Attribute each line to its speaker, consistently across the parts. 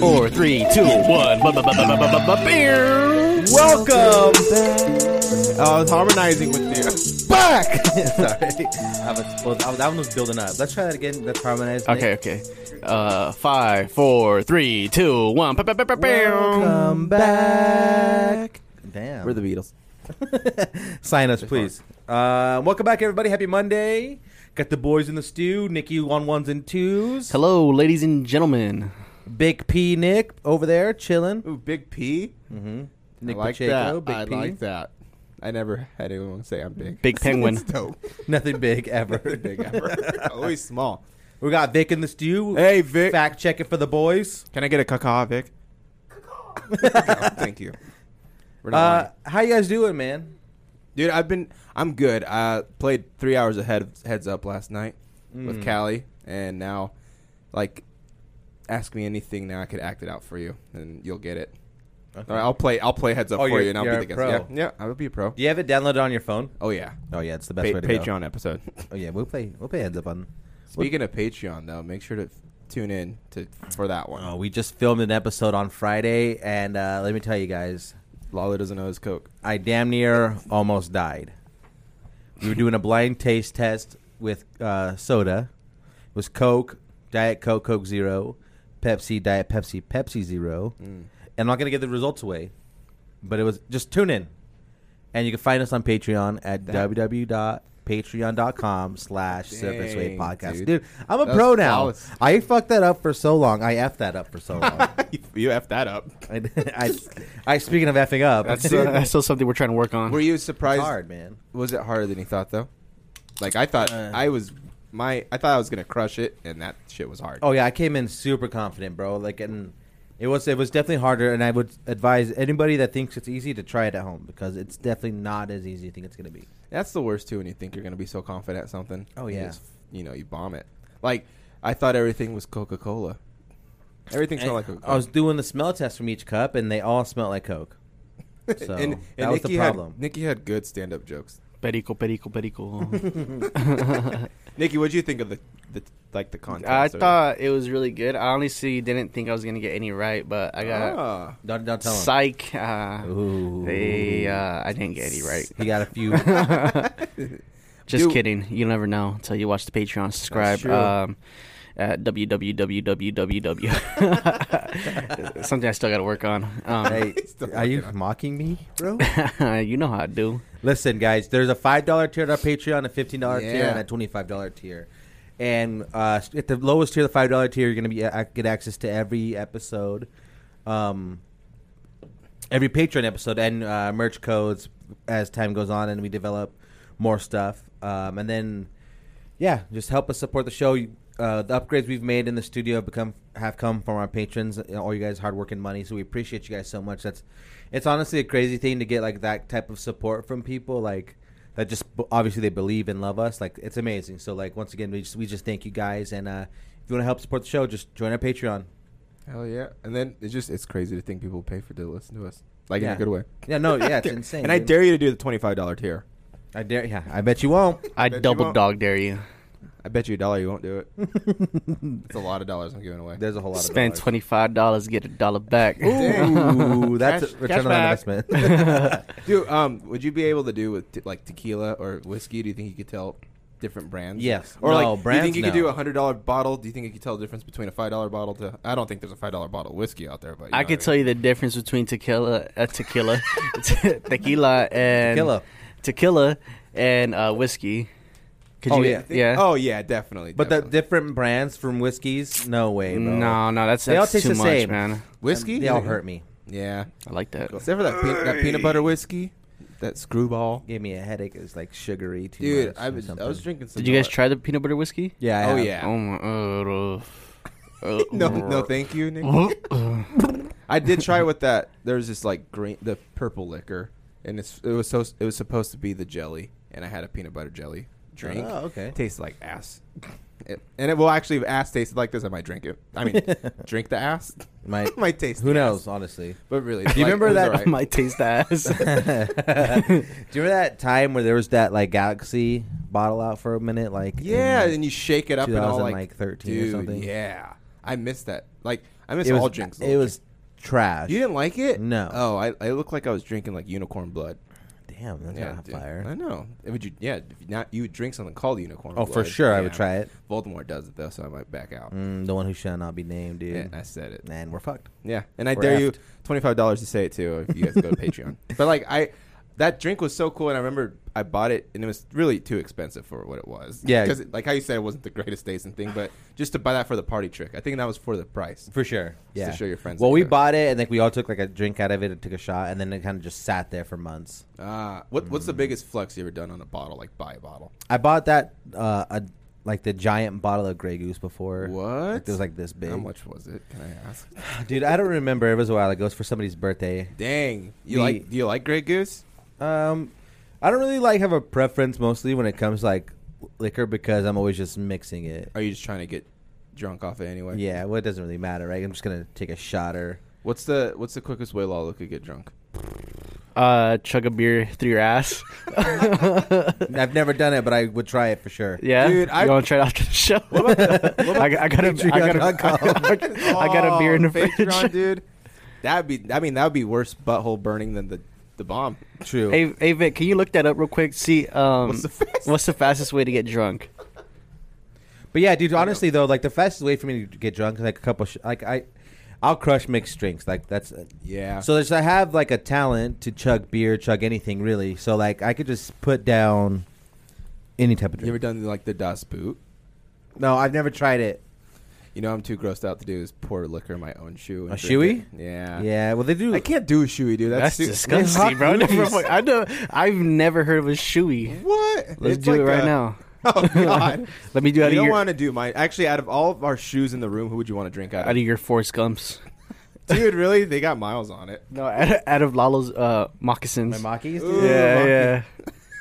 Speaker 1: Four, three, two, one. Ba- ba- ba- ba- ba- ba- ba- ba- beer.
Speaker 2: Welcome back. Oh, I was harmonizing with you. Back.
Speaker 3: Sorry. I was, well, that that one was building up. Let's try that again. Let's harmonize. it.
Speaker 1: Okay, okay. Uh, five, four, three, two, one. Ba- ba- ba- ba- beer.
Speaker 2: Welcome back.
Speaker 3: Damn.
Speaker 2: We're the Beatles.
Speaker 3: Sign us, please. Uh, welcome back, everybody. Happy Monday. Got the boys in the stew. Nikki on ones and twos.
Speaker 1: Hello, ladies and gentlemen.
Speaker 3: Big P Nick over there chilling.
Speaker 2: Ooh, Big P.
Speaker 3: Nick
Speaker 2: I like
Speaker 3: Pacheco.
Speaker 2: that.
Speaker 3: Big
Speaker 2: I
Speaker 3: P.
Speaker 2: like that. I never had anyone say I'm big.
Speaker 1: Big penguin.
Speaker 2: It's dope.
Speaker 3: Nothing big ever.
Speaker 2: Big ever. Always small.
Speaker 3: We got Vic in the stew.
Speaker 2: Hey Vic.
Speaker 3: Fact checking for the boys.
Speaker 2: Can I get a caca, Vic? No, thank you. We're not
Speaker 3: Uh,
Speaker 2: lying.
Speaker 3: how you guys doing, man?
Speaker 2: Dude, I've been I'm good. I played three hours ahead of heads up last night
Speaker 3: Mm.
Speaker 2: with Callie, and now, like, ask me anything now. I could act it out for you, and you'll get it. All right, I'll play. I'll play heads up
Speaker 3: Oh,
Speaker 2: for
Speaker 3: you're-
Speaker 2: you, and I'll
Speaker 3: you're
Speaker 2: be the
Speaker 3: a
Speaker 2: guest.
Speaker 3: pro.
Speaker 2: Yeah, yeah, I would be a pro.
Speaker 3: Do you have it downloaded on your phone?
Speaker 2: Oh yeah,
Speaker 3: Oh yeah, it's the
Speaker 2: pa-
Speaker 3: best way to go.
Speaker 2: Patreon episode.
Speaker 3: Oh yeah, we'll play. We'll play heads up on.
Speaker 2: Speaking of Patreon, though, make sure to tune in to for that one.
Speaker 3: Oh, we just filmed an episode on Friday, and uh, let me tell you guys,
Speaker 2: Lala doesn't know his coke.
Speaker 3: I damn near almost died. We were doing a blind taste test with uh, soda. It was Coke, Diet Coke, Coke Zero, Pepsi, Diet Pepsi, Pepsi Zero.
Speaker 2: Mm.
Speaker 3: And I'm not going to give the results away, but it was just tune in. And you can find us on Patreon at
Speaker 2: That-
Speaker 3: www.patreon.com slash Surface Wave
Speaker 2: Dang,
Speaker 3: Podcast.
Speaker 2: dude.
Speaker 3: Dude, I'm a
Speaker 2: That was
Speaker 3: pro now.
Speaker 2: flawless.
Speaker 3: I fucked that up for so long. I effed that up for so long.
Speaker 2: you, you f that up.
Speaker 3: I, I, I- speaking of effing up,
Speaker 2: That's-
Speaker 3: it's
Speaker 1: That's, uh, that's still something we're trying to work
Speaker 2: Were
Speaker 1: on.
Speaker 2: you surprised?
Speaker 3: hard, man.
Speaker 2: Was it harder than you thought though? Like I thought
Speaker 3: Uh.
Speaker 2: I was my I thought I was gonna crush it and that shit was hard.
Speaker 3: Oh yeah, I came in super confident, bro. Like, and it was it was definitely harder. And I would advise anybody that thinks it's easy to try it at home because it's definitely not as easy as you think it's gonna be.
Speaker 2: That's the worst too when you think you're gonna be so confident at something.
Speaker 3: Oh,
Speaker 2: You
Speaker 3: yeah.
Speaker 2: just, you know, you bomb it. Like I thought everything was Coca Cola. Everything smelled like
Speaker 3: And
Speaker 2: Coca
Speaker 3: I
Speaker 2: Cola.
Speaker 3: was doing the smell test from each cup, and they all smelled like Coke. So that was the
Speaker 2: had-
Speaker 3: problem.
Speaker 2: Nikki had good stand up jokes.
Speaker 1: Perico, perico, perico.
Speaker 2: Nikki, what'd you think of the, the like the content?
Speaker 1: I
Speaker 2: sir?
Speaker 1: thought it was really good. I honestly didn't think I was gonna get any right, but I got
Speaker 2: Ah.
Speaker 3: Don't, don't tell him.
Speaker 1: psych. Uh,
Speaker 3: Ooh.
Speaker 1: they, uh, I didn't get any right.
Speaker 3: He got a few.
Speaker 1: Just
Speaker 2: Dude.
Speaker 1: kidding. You'll never know until you watch the Patreon. Subscribe
Speaker 2: true.
Speaker 1: um, at www. Something I still got to work on. Um,
Speaker 3: hey, are you
Speaker 2: fucking-
Speaker 3: mocking me, bro?
Speaker 1: you know how I do.
Speaker 3: Listen, guys, there's a five dollar tier at our Patreon, a fifteen dollar tier,
Speaker 2: Yeah.
Speaker 3: and a twenty five dollar tier. And uh, at the lowest tier, the five dollar tier, you're gonna be uh, get access to every episode, um, every Patreon episode, and uh, merch codes as time goes on, and we develop more stuff. Um, and then, yeah, just help us support the show. You- Uh, the upgrades we've made in the studio have become have come from our patrons, you know, all you guys' hard work and money. So we appreciate you guys so much. That's it's honestly a crazy thing to get like that type of support from people like that. Just b- obviously they believe and love us. Like it's amazing. So like once again, we just we just thank you guys. And uh, if you want to help support the show, just join our Patreon.
Speaker 2: Hell yeah. And then it's just it's crazy to think people pay for to listen to us. Like in
Speaker 3: Yeah.
Speaker 2: a good way.
Speaker 3: Yeah, no, yeah, it's insane.
Speaker 2: And I
Speaker 3: dude.
Speaker 2: dare you to do the twenty five dollar tier.
Speaker 3: I dare, yeah, I bet you won't.
Speaker 1: I
Speaker 2: Bet you
Speaker 1: double
Speaker 2: won't.
Speaker 1: dog dare you.
Speaker 2: I bet you a dollar you won't do it. it's a lot of dollars I'm giving away.
Speaker 3: There's a whole lot
Speaker 1: Spend
Speaker 3: of
Speaker 1: twenty five dollars, get a dollar back.
Speaker 3: dollars. Ooh, that's
Speaker 2: Cash-
Speaker 3: a return on
Speaker 2: cash back.
Speaker 3: investment.
Speaker 2: Dude, um, would you be able to do with te- like tequila or whiskey? Do you think you could tell different brands?
Speaker 3: Yes.
Speaker 2: Or
Speaker 3: No,
Speaker 2: like, do you
Speaker 3: brands,
Speaker 2: think you could
Speaker 3: no.
Speaker 2: do a hundred dollar bottle? Do you think you could tell the difference between a five dollar bottle to? I don't think there's a five dollar bottle of whiskey out there, but
Speaker 1: I could tell you the difference between tequila, uh, tequila, te- tequila, and
Speaker 3: Tequila.
Speaker 1: tequila and uh, whiskey. Could
Speaker 3: Oh,
Speaker 1: you-
Speaker 3: yeah.
Speaker 1: yeah.
Speaker 2: Oh yeah, definitely.
Speaker 3: But the
Speaker 2: definitely.
Speaker 3: different brands from whiskeys, no way, bro.
Speaker 1: no, no, that's, that's
Speaker 3: They all taste
Speaker 1: too
Speaker 3: the
Speaker 1: much,
Speaker 3: same.
Speaker 1: man.
Speaker 2: whiskey,
Speaker 3: They all hurt me.
Speaker 2: Yeah,
Speaker 1: I like that.
Speaker 2: except for that, pe- that peanut butter whiskey, that screwball.
Speaker 3: Gave me a headache. It was like sugary too
Speaker 2: Dude,
Speaker 3: much
Speaker 2: I
Speaker 3: or
Speaker 2: was I
Speaker 3: something.
Speaker 2: was drinking some.
Speaker 1: Did you guys
Speaker 2: uh,
Speaker 1: try the peanut butter whiskey?
Speaker 3: Yeah. I
Speaker 2: Oh
Speaker 3: have.
Speaker 2: yeah.
Speaker 1: Oh my. Uh, uh,
Speaker 2: No, no, thank you, Nick. I did try with that. There was this like green, the purple liquor, and it's it was so it was supposed to be the jelly, and I had a peanut butter jelly drink.
Speaker 3: Oh, okay.
Speaker 2: Tastes like ass. It- and it will actually, if ass tasted like this, I might drink it. I mean, drink the ass.
Speaker 3: Might-
Speaker 2: might taste.
Speaker 3: Who
Speaker 2: the ass.
Speaker 3: knows? Honestly.
Speaker 2: But really,
Speaker 3: Do you
Speaker 2: like,
Speaker 3: remember
Speaker 2: it was
Speaker 3: that-
Speaker 1: I
Speaker 2: alright.
Speaker 1: might taste the ass.
Speaker 3: Do you remember that time where there was that like Galaxy bottle out for a minute? Like
Speaker 2: Yeah,
Speaker 3: in-
Speaker 2: and you shake it up and all like,
Speaker 3: 2013 or
Speaker 2: dude,
Speaker 3: something.
Speaker 2: Yeah, I missed that. Like I missed
Speaker 3: it was
Speaker 2: all drinks.
Speaker 3: It was trash.
Speaker 2: You didn't like it?
Speaker 3: No.
Speaker 2: Oh, I, I looked like I was drinking like unicorn blood.
Speaker 3: Damn, that's
Speaker 2: Yeah,
Speaker 3: not
Speaker 2: dude. I
Speaker 3: fire.
Speaker 2: know. Would you? Yeah, if you not you would drink something called unicorn.
Speaker 3: Oh,
Speaker 2: blood.
Speaker 3: for sure, I would
Speaker 2: Yeah.
Speaker 3: try it.
Speaker 2: Voldemort does it though, so I might back out.
Speaker 3: Mm, the one who shall not be named, dude.
Speaker 2: Yeah, I said it.
Speaker 3: And we're fucked.
Speaker 2: Yeah, and I
Speaker 3: We're
Speaker 2: dare you
Speaker 3: effed.
Speaker 2: twenty five dollars to say it too if you guys go to Patreon. But like I, that drink was so cool, and I remember I bought it, and it was really too expensive for what it was.
Speaker 3: Yeah.
Speaker 2: because like how you said, it wasn't the greatest taste and thing, but just to buy that for the party trick, I think that was for the price.
Speaker 3: For sure. Yeah.
Speaker 2: to show your friends
Speaker 3: Well,
Speaker 2: that
Speaker 3: we
Speaker 2: you're-
Speaker 3: bought it and like we all took like a drink out of it and took a shot and then it kind of just sat there for months.
Speaker 2: Ah, what what's the
Speaker 3: Mm.
Speaker 2: biggest flux you ever done on a bottle? Like buy a bottle.
Speaker 3: I bought that uh a, like the giant bottle of Grey Goose before.
Speaker 2: What?
Speaker 3: Like, it was like this big.
Speaker 2: How much was it? Can I ask?
Speaker 3: Dude, I don't remember. It was a while ago. It was for somebody's birthday.
Speaker 2: Dang, you
Speaker 3: The-
Speaker 2: like do you like Grey Goose?
Speaker 3: Um, I don't really like have a preference mostly when it comes to, like liquor because I'm always just mixing it.
Speaker 2: Or are you just trying to get drunk off it anyway?
Speaker 3: Yeah, well, it doesn't really matter, right? I'm just gonna take a shot or
Speaker 2: What's the what's the quickest way Lalo could get drunk?
Speaker 1: uh, chug a beer through your ass.
Speaker 3: I've never done it, but I would try it for sure.
Speaker 1: Yeah,
Speaker 2: Dude, I-
Speaker 1: you want to try it after the show? I, got- I got a, I got a, I got a- I got a beer in the
Speaker 2: Oh, Patreon,
Speaker 1: fridge.
Speaker 2: dude. That'd be. I mean, that'd be worse butthole burning than the the bomb.
Speaker 3: True.
Speaker 1: Hey, hey, Vic, can you look that up real quick? See, um,
Speaker 2: What's the fastest-
Speaker 1: what's the fastest way to get drunk?
Speaker 3: But yeah, dude. Honestly, though, like the fastest way for me to get drunk is like a couple. Sh- like I, I'll crush mixed drinks. Like that's. uh,
Speaker 2: Yeah.
Speaker 3: So there's I have like a talent to chug beer, chug anything really. So like I could just put down any type of
Speaker 2: you ever
Speaker 3: drink.
Speaker 2: done like the das boot?
Speaker 3: No, I've never tried it.
Speaker 2: You know, I'm too grossed out to do is pour liquor in my own shoe. And
Speaker 3: A
Speaker 2: drink it. Yeah.
Speaker 3: Yeah. Well, they do.
Speaker 2: I can't do a shoey, dude.
Speaker 1: That's,
Speaker 2: That's, too-
Speaker 1: disgusting, bro. Never fuck- I know, I've never heard of a shoey.
Speaker 2: What?
Speaker 1: Let's
Speaker 2: It's
Speaker 1: do
Speaker 2: like
Speaker 1: it right
Speaker 2: a-
Speaker 1: now.
Speaker 2: Oh God.
Speaker 1: Let me do out
Speaker 2: you
Speaker 1: of
Speaker 2: don't
Speaker 1: your
Speaker 2: want to do mine. Actually, out of all of our shoes in the room, who would you want to drink out
Speaker 1: out of
Speaker 2: of?
Speaker 1: your Forrest Gumps.
Speaker 2: Dude, really? They got miles on it.
Speaker 1: No, out of, out of Lalo's uh, moccasins.
Speaker 3: my Makis,
Speaker 2: Ooh,
Speaker 3: dude.
Speaker 2: moccasins.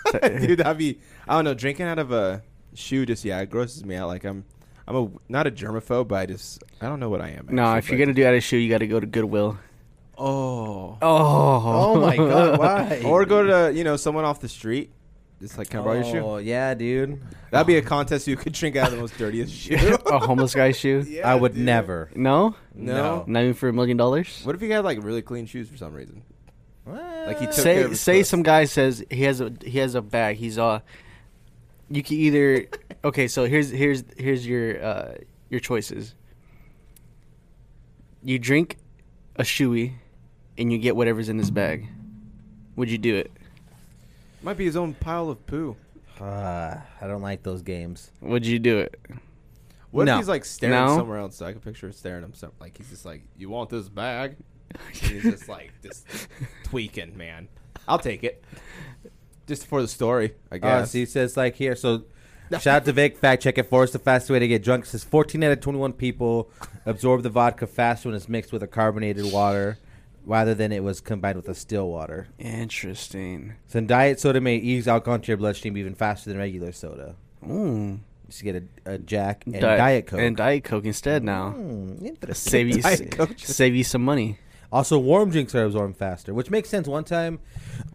Speaker 1: yeah, yeah.
Speaker 2: dude that'd be i don't know drinking out of a shoe just yeah it grosses me out like i'm i'm a not a germaphobe but i just i don't know what i am
Speaker 1: no,
Speaker 2: actually,
Speaker 1: if you're
Speaker 2: but-
Speaker 1: gonna do out of shoe, you got to go to Goodwill.
Speaker 2: oh
Speaker 1: Oh,
Speaker 3: Oh my god! Why?
Speaker 2: or go to you know someone off the street just like can i borrow your shoe
Speaker 3: Oh, yeah, dude.
Speaker 2: that'd be a contest you could drink out of the most dirtiest shoe
Speaker 1: a homeless guy's shoe?
Speaker 2: Yeah,
Speaker 3: I would
Speaker 2: dude.
Speaker 3: never.
Speaker 1: No,
Speaker 2: no.
Speaker 1: not even for a million dollars.
Speaker 2: what if you had like really clean shoes for some reason
Speaker 3: Like
Speaker 2: he took care of
Speaker 1: Say
Speaker 2: his
Speaker 1: say
Speaker 2: clothes.
Speaker 1: some guy says he has a he has a bag. He's uh, you can either okay. So here's here's here's your uh your choices. You drink a shoey, and you get whatever's in this bag. Would you do it?
Speaker 2: might be his own pile of poo
Speaker 3: Uh, I don't like those games.
Speaker 1: Would you do it?
Speaker 2: what
Speaker 3: No.
Speaker 2: if he's like staring
Speaker 1: No.
Speaker 2: somewhere else? I can picture him staring him some like he's just like, "You want this bag?" And he's just like just tweaking, man. I'll take it. Just for the story, Oh, I
Speaker 3: Uh,
Speaker 2: guess.
Speaker 3: so he says like here. So shout out to Vic. Fact check it for us. The fastest way to get drunk It says 14 out of 21 people absorb the vodka fast when it's mixed with a carbonated water, rather than it was combined with a still water.
Speaker 1: Interesting.
Speaker 3: So diet soda may ease alcohol into your bloodstream even faster than regular soda.
Speaker 1: Ooh.
Speaker 3: Just get a, a Jack and
Speaker 1: Di-
Speaker 3: diet coke.
Speaker 1: and diet coke instead now.
Speaker 3: Hmm, interesting.
Speaker 1: Save you
Speaker 2: Diet Coke.
Speaker 1: save you some money.
Speaker 3: Also, warm drinks are absorbed faster, which makes sense. One time,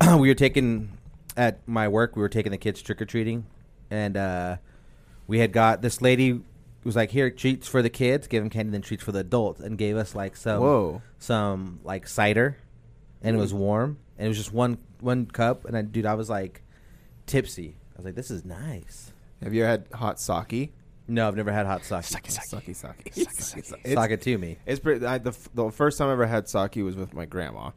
Speaker 3: we were taking at my work, we were taking the kids trick or treating, and uh, we had got this lady was like, "Here, treats for the kids, give them candy, then treats for the adults," and gave us like some
Speaker 2: Whoa.
Speaker 3: some like cider, and it was warm, and it was just one one cup, and I, dude, I was like tipsy. I was like, "This is nice."
Speaker 2: Have you ever had hot sake?
Speaker 3: No, I've never had hot sake.
Speaker 1: Suck it, suck
Speaker 2: Sake,
Speaker 1: it.
Speaker 2: sake,
Speaker 1: Sake,
Speaker 2: sake,
Speaker 1: sake.
Speaker 2: sake.
Speaker 3: Sock
Speaker 2: It's,
Speaker 3: it to me.
Speaker 2: it's pretty. I, the, f- the first time I ever had sake was with my grandma.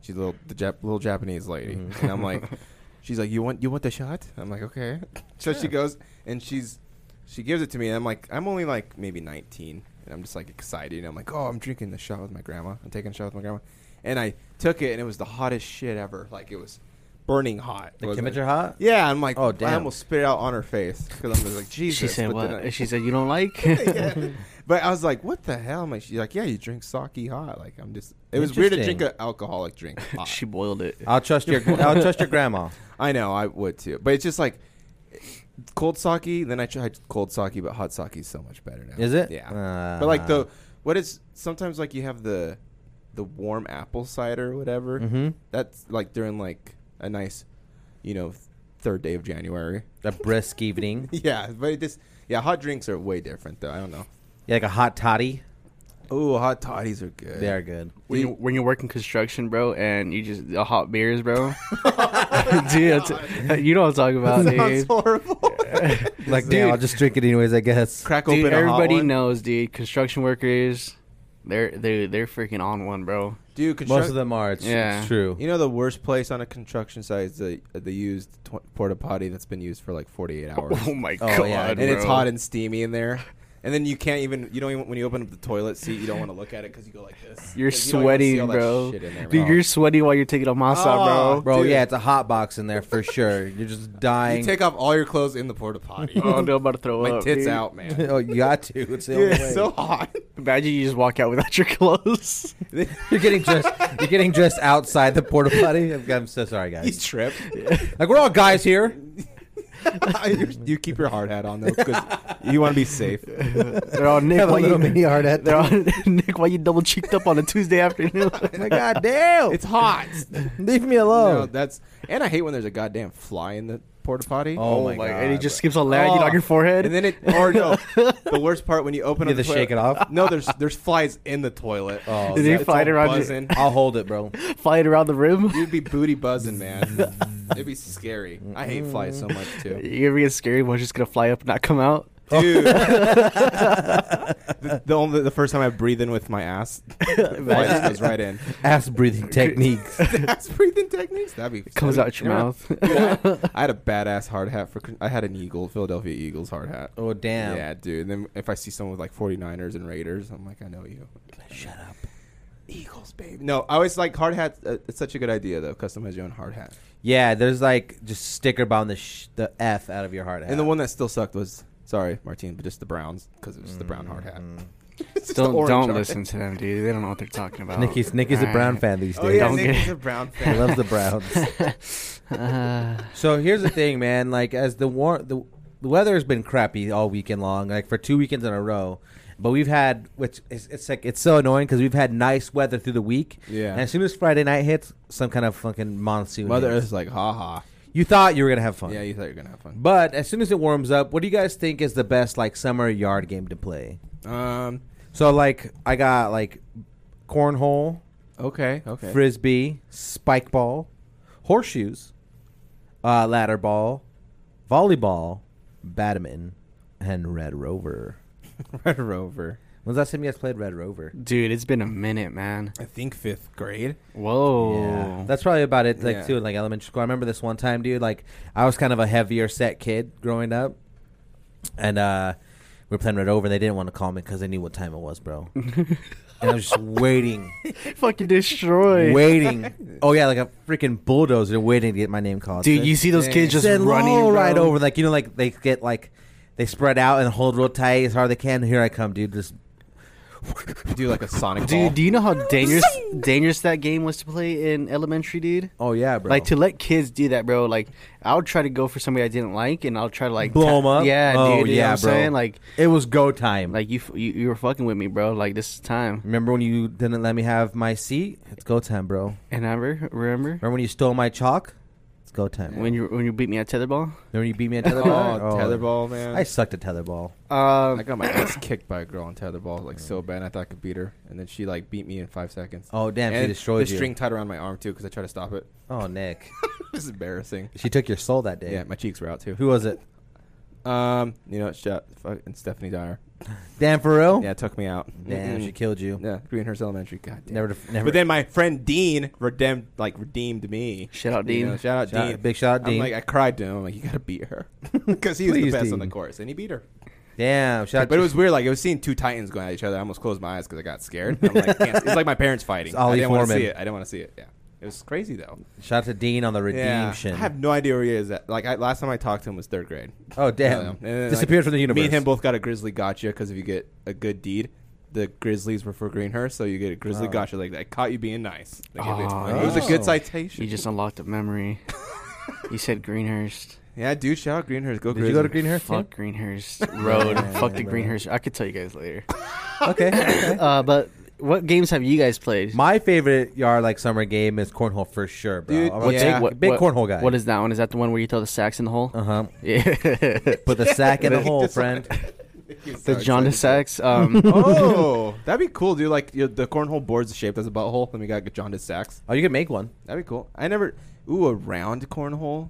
Speaker 2: She's a little the Jap- little Japanese lady, and I'm like, she's like, "You want you want the shot?" I'm like, "Okay." So she goes and she's she gives it to me, and I'm like, I'm only like maybe 19, and I'm just like excited, and I'm like, "Oh, I'm drinking the shot with my grandma. I'm taking a shot with my grandma," and I took it, and it was the hottest shit ever. Like it was burning hot.
Speaker 3: The
Speaker 2: wasn't it?
Speaker 3: temperature hot.
Speaker 2: Yeah, I'm like,
Speaker 3: Oh,
Speaker 2: oh
Speaker 3: damn.
Speaker 2: damn! I almost spit it out on her face because I'm just like, Jesus.
Speaker 1: She said
Speaker 2: but
Speaker 1: what?
Speaker 2: then I-
Speaker 1: she said you don't like.
Speaker 2: yeah. But I was like, what the hell? I'm like, she's like, yeah, you drink sake hot. Like, I'm just. It was weird to
Speaker 3: Interesting.
Speaker 2: drink an alcoholic drink. hot.
Speaker 1: she boiled it.
Speaker 3: I'll trust your. I'll trust your grandma.
Speaker 2: I know, I would too. But it's just like, cold sake. Then I tried cold sake, but hot sake is so much better now.
Speaker 3: Is it?
Speaker 2: Yeah.
Speaker 3: Uh,
Speaker 2: but like the what is sometimes like you have the the warm apple cider or whatever.
Speaker 3: Mhm.
Speaker 2: That's like during like a nice, you know, third day of January.
Speaker 3: the brisk evening,
Speaker 2: yeah, but it just yeah, hot drinks are way different though. I don't know.
Speaker 3: yeah, like a hot toddy.
Speaker 2: Oh, hot toddies are good.
Speaker 3: They are good.
Speaker 1: When, you, when you're working construction, bro, and you just the hot beers, bro. dude, that's- you know what I'm talking about,
Speaker 2: Sounds
Speaker 1: dude.
Speaker 2: horrible.
Speaker 3: Like, damn, I'll just drink it anyways. I guess.
Speaker 2: Crack
Speaker 1: Dude,
Speaker 2: open a hot
Speaker 1: everybody
Speaker 2: one.
Speaker 1: knows, dude. Construction workers, they're they they're freaking on one, bro.
Speaker 2: Dude, construct-
Speaker 3: Most of them are. It's,
Speaker 1: Yeah.
Speaker 3: it's true.
Speaker 2: You know the worst place on a construction site is uh, the the used tw- porta potty that's been used for like 48 hours.
Speaker 1: Oh my
Speaker 3: Oh,
Speaker 1: god,
Speaker 3: yeah,
Speaker 2: and it's hot and steamy in there. And then you can't even you don't even when you open up the toilet seat you don't want to look at it because you go like this.
Speaker 1: You're
Speaker 2: 'Cause you don't even see
Speaker 1: sweating,
Speaker 2: all that
Speaker 1: bro.
Speaker 2: shit in there,
Speaker 1: Dude,
Speaker 2: bro.
Speaker 1: you're sweating while you're taking a masa,
Speaker 2: Oh,
Speaker 1: bro.
Speaker 3: Bro,
Speaker 2: Dude.
Speaker 3: yeah, it's a hot box in there for sure. You're just
Speaker 2: You
Speaker 3: dying.
Speaker 2: take off all your clothes in the porta potty.
Speaker 1: Oh, no, I'm about to throw
Speaker 2: my
Speaker 1: up.
Speaker 2: tits
Speaker 1: dude.
Speaker 2: out, man.
Speaker 3: oh, you got to. It's the
Speaker 2: Dude,
Speaker 3: only
Speaker 2: it's
Speaker 3: way.
Speaker 2: so hot.
Speaker 1: Imagine you just walk out without your clothes.
Speaker 3: you're getting dressed. You're getting dressed outside the porta potty. I'm, I'm so sorry,
Speaker 2: you
Speaker 3: guys.
Speaker 2: trip.
Speaker 3: Like we're all guys here.
Speaker 2: You- you keep your hard hat on though because you want to be safe.
Speaker 1: They're all Nick.
Speaker 4: Have a
Speaker 1: why
Speaker 4: little
Speaker 1: you,
Speaker 4: mini hard at
Speaker 1: they're all Nick. Why you double cheeked up on a Tuesday afternoon?
Speaker 3: Like, God damn.
Speaker 2: It's hot.
Speaker 3: Leave me
Speaker 2: No,
Speaker 3: alone.
Speaker 2: that's and I hate when there's a goddamn fly in the porta potty.
Speaker 3: Oh, my god.
Speaker 1: And he just skips a lag
Speaker 2: Oh.
Speaker 1: on your forehead.
Speaker 2: And then it, or no, the worst part when you open
Speaker 3: You
Speaker 2: up
Speaker 3: have to
Speaker 2: toilet-
Speaker 3: shake it off?
Speaker 2: No, there's there's flies in the toilet.
Speaker 3: Oh,
Speaker 1: Did they
Speaker 2: It's
Speaker 1: fly
Speaker 2: all
Speaker 1: around you?
Speaker 2: buzzing.
Speaker 3: I'll hold it, bro.
Speaker 1: flying around the room.
Speaker 2: You'd be booty buzzing, man. It'd be scary. I hate flies so much too,
Speaker 1: You ever get scared? One's just gonna fly up and not come out.
Speaker 3: Oh.
Speaker 2: dude. the, the only the first time I breathe in with my ass, flies goes right in.
Speaker 3: Ass breathing techniques.
Speaker 2: Ass breathing techniques. That'd be
Speaker 1: Comes
Speaker 2: that'd
Speaker 1: out
Speaker 2: be-
Speaker 1: your mouth.
Speaker 2: I, I had a badass hard hat for. I had an Eagle, Philadelphia Eagles hard hat.
Speaker 3: Oh damn.
Speaker 2: Yeah, dude. And then if I see someone with like 49ers and Raiders, I'm like, I know you. Shut up. Eagles, baby. No, I always like hard hats. Uh, it's such a good idea, though. Customize your own hard hat.
Speaker 3: Yeah, there's like just sticker bound the sh- the f out of your heart.
Speaker 2: And the one that still sucked was, sorry, Martine, but just the Browns, because it was just the brown hard hat.
Speaker 3: Mm-hmm.
Speaker 2: It's just the
Speaker 1: don't
Speaker 2: orange
Speaker 1: don't
Speaker 2: hard
Speaker 1: listen to them, dude. They don't know what they're talking
Speaker 2: Oh.
Speaker 1: about.
Speaker 3: Nikki's Nikki's a Brown fan these
Speaker 2: hat.
Speaker 3: days.
Speaker 2: Oh, yeah,
Speaker 1: Don't
Speaker 2: Nick
Speaker 1: get-
Speaker 2: is a Brown
Speaker 3: He
Speaker 2: fan.
Speaker 3: loves the Browns.
Speaker 1: Uh,
Speaker 3: So here's the thing, man. Like as the war, the, the weather has been crappy all weekend long, like for two weekends in a row. But we've had, which is, it's like it's so annoying because we've had nice weather through the week.
Speaker 2: Yeah.
Speaker 3: And as soon as Friday night hits, some kind of fucking monsoon.
Speaker 2: Mother
Speaker 3: hits.
Speaker 2: Earth's like, ha ha.
Speaker 3: You thought you were gonna have fun.
Speaker 2: Yeah, you thought you were going to have fun.
Speaker 3: But as soon as it warms up, what do you guys think is the best like summer yard game to play?
Speaker 2: Um,
Speaker 3: So like I got like cornhole,
Speaker 2: okay, okay.
Speaker 3: frisbee, spike ball, horseshoes, uh, ladder ball, volleyball, badminton, and Red Rover.
Speaker 2: Red Rover.
Speaker 3: When's the last time you guys played Red Rover?
Speaker 1: dude, it's been a minute, man.
Speaker 2: I think fifth grade.
Speaker 1: Oh. Whoa.
Speaker 3: that's probably about it. Like
Speaker 2: Yeah.
Speaker 3: too, in like elementary school. I remember this one time, dude. Like I was kind of a heavier set kid growing up, and uh, we were playing Red Rover, and they didn't want to call me because they knew what time it was, bro. and I was just waiting,
Speaker 1: fucking destroyed.
Speaker 3: waiting. Oh yeah, like a freaking bulldozer waiting to get my name called.
Speaker 1: Dude, you see those kids just
Speaker 3: Said
Speaker 1: running
Speaker 3: "Lol," right
Speaker 1: bro.
Speaker 3: over, like you know, like they get like they spread out and hold real tight as hard as they can. Here I come, dude. Just
Speaker 2: Do like a Sonic ball.
Speaker 1: Dude, do you know how dangerous dangerous that game was to play in elementary, dude?
Speaker 3: oh yeah, bro.
Speaker 1: Like to let kids do that, bro. Like I would try to go for somebody I didn't like, and I'll try to like
Speaker 3: blow
Speaker 1: ta-
Speaker 3: them up.
Speaker 1: Yeah,
Speaker 3: oh,
Speaker 1: dude. You
Speaker 3: yeah,
Speaker 1: know what I'm
Speaker 3: bro.
Speaker 1: saying? Like,
Speaker 3: it was go time.
Speaker 1: like you, f- you you were fucking with me, bro. Like this is time.
Speaker 3: Remember when you didn't let me have my seat? It's go time, bro.
Speaker 1: And I remember, remember
Speaker 3: Remember when you stole my chalk? It's go time. Remember
Speaker 1: when you when you beat me at tetherball.
Speaker 3: when you beat me at
Speaker 2: oh,
Speaker 3: tetherball? Oh,
Speaker 2: tetherball, man.
Speaker 3: I sucked at tetherball.
Speaker 1: Um,
Speaker 2: I got my ass kicked by a girl on tetherball like so bad. I thought I could beat her, and then she like beat me in five seconds.
Speaker 3: Oh damn, she
Speaker 2: and
Speaker 3: destroyed
Speaker 2: the
Speaker 3: you.
Speaker 2: string tied around my arm too because I tried to stop it.
Speaker 3: Oh Nick,
Speaker 2: this is embarrassing.
Speaker 3: she took your soul that day.
Speaker 2: Yeah, my cheeks were out too.
Speaker 3: Who was it?
Speaker 2: Um, you know, shut fucking Stephanie Dyer.
Speaker 3: Dan Farrell.
Speaker 2: Yeah, took me out.
Speaker 3: Oh. Damn,
Speaker 2: Mm-mm.
Speaker 3: she killed you.
Speaker 2: Yeah, Greenhurst Elementary. God damn.
Speaker 3: Never, never.
Speaker 2: But then my friend Dean redeemed like redeemed me.
Speaker 1: Shout out,
Speaker 2: You know,
Speaker 1: Dean.
Speaker 2: shout out
Speaker 3: Shout-
Speaker 2: Dean.
Speaker 3: big shout out,
Speaker 2: I'm
Speaker 3: Dean.
Speaker 2: like I cried to him. I'm like you gotta beat her because he was the
Speaker 3: Please,
Speaker 2: best on the
Speaker 3: Dean.
Speaker 2: course, and he beat her.
Speaker 3: Damn, shout out
Speaker 2: but
Speaker 3: to-
Speaker 2: it was weird. Like I was seeing two titans going at each other. I almost closed my eyes because I got scared. I'm like, can't- it's like my parents fighting.
Speaker 3: It's Ollie
Speaker 2: I didn't want to
Speaker 3: Foreman.
Speaker 2: see it. I didn't want to see it. Yeah, it was crazy though.
Speaker 3: Shout out to Dean on the redemption.
Speaker 2: I have no idea where he is. At. Like I, last time I talked to him was third grade.
Speaker 3: oh
Speaker 2: I
Speaker 3: damn!
Speaker 2: don't know. And then,
Speaker 3: Disappeared
Speaker 2: like,
Speaker 3: from the universe.
Speaker 2: Me and him both got a grizzly gotcha because if you get a good deed, the Grizzlies were for Greenhurst, so you get a grizzly
Speaker 3: Oh.
Speaker 2: gotcha. Like I caught you being nice. They gave me-
Speaker 1: Oh.
Speaker 2: like, it was a good
Speaker 3: Oh.
Speaker 2: citation.
Speaker 1: you just unlocked a memory. You said Greenhurst.
Speaker 2: Yeah, dude, shout out Greenhurst. Go
Speaker 3: Did you go to
Speaker 2: Grizzlies.
Speaker 3: Greenhurst? yeah?
Speaker 1: Fuck Greenhurst Road.
Speaker 3: Yeah,
Speaker 1: Fuck
Speaker 3: yeah,
Speaker 1: the
Speaker 3: bro.
Speaker 1: Greenhurst. I could tell you guys later.
Speaker 3: Okay. okay.
Speaker 1: Uh, but what games have you guys played?
Speaker 3: My favorite yard like summer game is cornhole for sure, bro.
Speaker 2: Dude,
Speaker 3: I'm a
Speaker 2: what's-
Speaker 3: big,
Speaker 2: yeah.
Speaker 1: What-
Speaker 3: big
Speaker 1: what-
Speaker 3: cornhole guy.
Speaker 1: What is that one? Is that the one where you throw the sacks in the hole?
Speaker 3: Uh huh.
Speaker 1: Yeah.
Speaker 3: Put the sack in the hole,
Speaker 2: Just-
Speaker 3: friend.
Speaker 2: He's so
Speaker 1: the John
Speaker 2: excited.
Speaker 1: de sacks. Um,
Speaker 2: oh, that'd be cool, dude. Like you know, the cornhole board's shaped as a butthole, and we got John to sacks.
Speaker 3: Oh, you can make one.
Speaker 2: That'd be cool. I never. Ooh, a round cornhole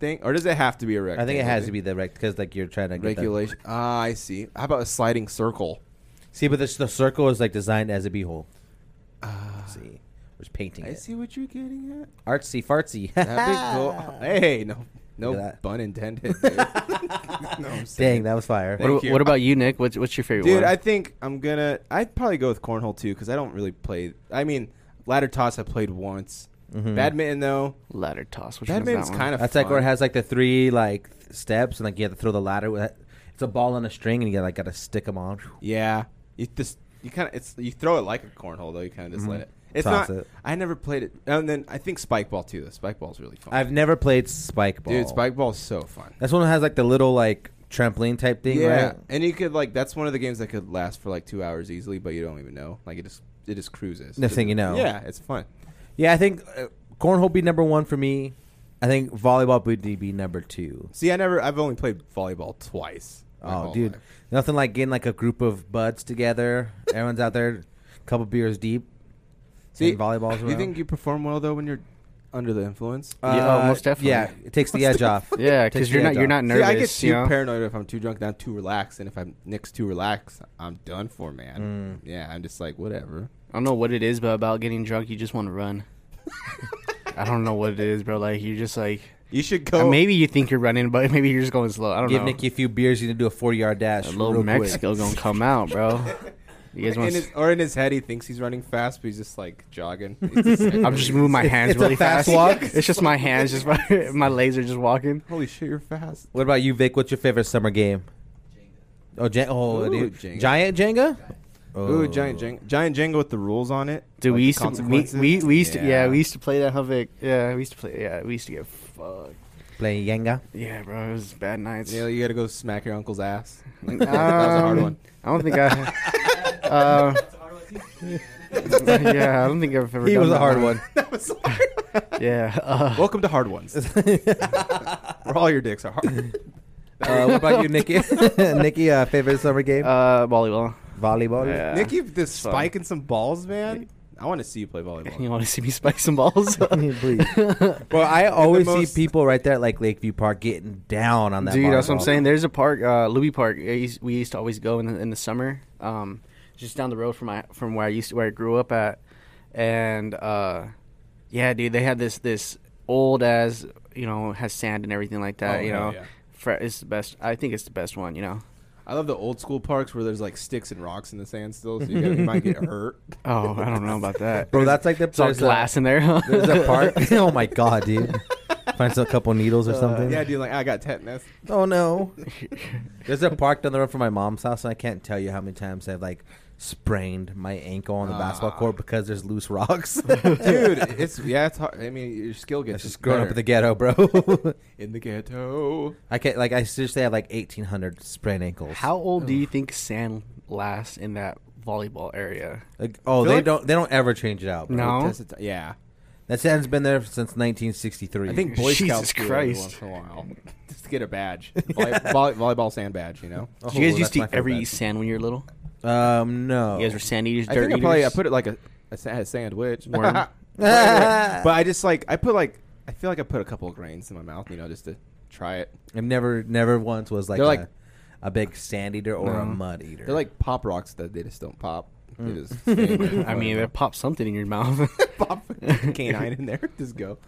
Speaker 2: thing, or does it have to be a
Speaker 3: I
Speaker 2: rectangle?
Speaker 3: think it has to be the rect because like you're trying to get that-
Speaker 2: regulation. Ah, I see. How about a sliding circle?
Speaker 3: See, but this, the circle is like designed as a beehole. see, we're just painting
Speaker 2: Ah. I
Speaker 3: it.
Speaker 2: see what you're getting at.
Speaker 3: Artsy fartsy.
Speaker 2: That'd be cool. Hey, no,
Speaker 3: Look
Speaker 2: no
Speaker 3: at that.
Speaker 2: pun intended. dude. no, I'm
Speaker 3: Dang,
Speaker 2: saying.
Speaker 3: that was fire.
Speaker 1: what,
Speaker 2: Thank
Speaker 1: ab-
Speaker 2: you.
Speaker 1: what about you, Nick? What's what's your favorite
Speaker 2: Dude,
Speaker 1: one?
Speaker 2: I think I'm gonna. I'd probably go with cornhole too because I don't really play. I mean, ladder toss I played once.
Speaker 3: Mhm.
Speaker 2: Badminton though,
Speaker 1: Ladder toss. Which
Speaker 2: badminton's kind of
Speaker 3: That's like where it
Speaker 2: fun.
Speaker 3: has like the three like th- steps, and like you have to throw the ladder. With it. It's a ball on a string, and you like got to stick them on.
Speaker 2: Yeah, you just you kind of it's you throw it like a cornhole though. You kind of just let
Speaker 3: Mhm.
Speaker 2: it. It's
Speaker 3: Toss
Speaker 2: not.
Speaker 3: it.
Speaker 2: I never played it. And then I think spike ball too. though. spike ball's really fun.
Speaker 3: I've never played spike ball.
Speaker 2: Dude, spike ball's so fun.
Speaker 3: That's one that has like the little like trampoline type thing,
Speaker 2: yeah,
Speaker 3: right?
Speaker 2: and you could like that's one of the games that could last for like two hours easily, but you don't even know. Like it just it just cruises.
Speaker 3: Next thing you know.
Speaker 2: yeah, it's fun.
Speaker 3: Yeah, I think uh, cornhole be number one for me. I think volleyball would be number two.
Speaker 2: See, I never. I've only played volleyball twice. my
Speaker 3: Oh,
Speaker 2: whole
Speaker 3: dude,
Speaker 2: life.
Speaker 3: nothing like getting like a group of buds together. Everyone's out there, couple beers deep.
Speaker 2: See,
Speaker 3: and volleyballs.
Speaker 2: Do you
Speaker 3: around.
Speaker 2: think you perform well though when you're under the influence? Uh,
Speaker 1: Yeah, oh, most definitely.
Speaker 3: Uh, Yeah, it takes the edge off.
Speaker 1: Yeah, because
Speaker 3: Takes the
Speaker 1: you're not
Speaker 3: edge
Speaker 1: you're
Speaker 3: off.
Speaker 1: not
Speaker 2: See,
Speaker 1: nervous.
Speaker 2: I get too
Speaker 1: you know?
Speaker 2: paranoid if I'm too drunk, not too relaxed, and if I'm Nick's too relaxed, I'm done for, man.
Speaker 3: Mm.
Speaker 2: Yeah, I'm just like whatever.
Speaker 1: I don't know what it is, but about getting drunk, you just want to run. I don't know what it is, bro. Like you're just like
Speaker 2: You should go.
Speaker 1: Uh, maybe you think you're running, but maybe you're just going slow. I don't
Speaker 3: Give
Speaker 1: know.
Speaker 3: Nicky a few beers. You need to do a forty-yard dash.
Speaker 1: a little
Speaker 3: real quick.
Speaker 1: Mexico gonna come out, bro. You guys
Speaker 2: in
Speaker 1: want?
Speaker 2: his, or in his head, he thinks he's running fast, but he's just like jogging. It's just like,
Speaker 1: I'm just moving my hands
Speaker 3: it's a
Speaker 1: really
Speaker 3: fast
Speaker 1: fast.
Speaker 3: walk.
Speaker 1: It's just my hands, just my, my legs are just walking.
Speaker 2: holy shit, you're fast.
Speaker 3: What about you, Vic? What's your favorite summer game? Oh, Jen- oh,
Speaker 2: Ooh,
Speaker 3: dude.
Speaker 2: Jenga.
Speaker 3: giant Jenga. Oh,
Speaker 2: Ooh, giant Jenga, giant Jenga with the rules on it.
Speaker 1: Oh. Dude,
Speaker 2: like
Speaker 1: we
Speaker 2: the
Speaker 1: used to we,
Speaker 2: consequences.
Speaker 1: we, we used to yeah we used to play that Havoc. Yeah, we used to play. Yeah, we used to get fucked.
Speaker 3: Playing Jenga.
Speaker 1: Yeah, bro, it was bad nights.
Speaker 2: Yeah, you gotta go smack your uncle's ass.
Speaker 1: Um,
Speaker 2: that was a hard one.
Speaker 1: I don't think I. Uh, yeah, I don't think I've ever.
Speaker 3: He
Speaker 1: done
Speaker 3: was a
Speaker 1: that
Speaker 3: hard one.
Speaker 2: that was hard.
Speaker 1: Yeah. Uh,
Speaker 2: Welcome to hard ones, where all your dicks are hard.
Speaker 3: Uh, what about you, Nikki? Nikki, uh, favorite summer game?
Speaker 1: uh, volleyball.
Speaker 3: Volleyball.
Speaker 1: yeah.
Speaker 2: Nick, you this
Speaker 1: fun.
Speaker 2: spike and some balls, man. I want to see you play volleyball.
Speaker 1: You want to see me spike some balls?
Speaker 3: Please. Well, I always
Speaker 2: most-
Speaker 3: see people right there at like Lakeview Park getting down on that.
Speaker 1: Dude, that's what I'm
Speaker 3: volleyball.
Speaker 1: saying. There's a park, uh, Louis Park. I used- We used to always go in the, in the summer, um, just down the road from my from where I used to where I grew up at, and uh, yeah, dude, they had this this old as you know has sand and everything like that.
Speaker 2: Oh,
Speaker 1: you
Speaker 2: hell
Speaker 1: know,
Speaker 2: yeah.
Speaker 1: Fre- it's the best. I think it's the best one. You know.
Speaker 2: I love the old school parks where there's like sticks and rocks in the sand still, so you, gotta, you might get hurt.
Speaker 1: Oh, I don't know about that.
Speaker 3: Bro, that's like the
Speaker 1: It's all
Speaker 3: there's a-
Speaker 1: glass in there. Huh?
Speaker 3: There's a park. oh my god, dude. Uh, Finds a couple needles or something.
Speaker 2: Yeah, dude, like I got tetanus.
Speaker 3: Oh no. There's a park down the road from my mom's house, and I can't tell you how many times I've like sprained my ankle on the basketball
Speaker 2: Ah.
Speaker 3: court because there's loose rocks.
Speaker 2: dude. It's yeah, it's hard. I mean, your skill gets
Speaker 3: That's just growing up in
Speaker 2: better.
Speaker 3: the ghetto, bro.
Speaker 2: in the ghetto.
Speaker 3: I can't like I seriously have like 1,800 sprained ankles.
Speaker 1: How old do you
Speaker 3: Oh.
Speaker 1: think sand lasts in that volleyball area?
Speaker 3: Like, oh,
Speaker 2: Feel
Speaker 3: they
Speaker 2: like-
Speaker 3: don't they don't ever change it out. Bro.
Speaker 1: No.
Speaker 2: Test it- yeah.
Speaker 3: That sand's been there since 1963.
Speaker 2: I think Boy
Speaker 1: Jesus
Speaker 2: Scouts do it every
Speaker 1: Christ.
Speaker 2: once in a while. Just to get a badge, Volley- volley- volleyball sand badge. You know,
Speaker 3: Oh,
Speaker 1: Did you guys
Speaker 3: that's
Speaker 1: used to
Speaker 3: my
Speaker 1: eat every
Speaker 3: favorite.
Speaker 1: sand when you were little?
Speaker 3: Um, no.
Speaker 1: You guys were sand eaters,
Speaker 2: I
Speaker 1: dirt
Speaker 2: think I probably I
Speaker 1: eaters?
Speaker 2: put it like a a, sa- a sandwich.
Speaker 1: Worm.
Speaker 2: but I just like I put like I feel like I put a couple of grains in my mouth. You know, just to try it.
Speaker 3: I've never, never once was like,
Speaker 2: They're
Speaker 3: a,
Speaker 2: like-
Speaker 3: a big sand eater or a
Speaker 1: No.
Speaker 3: mud eater.
Speaker 2: They're like pop rocks that they just don't pop. They just stay in there
Speaker 1: Mm. I mean, it popped something in your mouth.
Speaker 2: pop canine in there. Just go.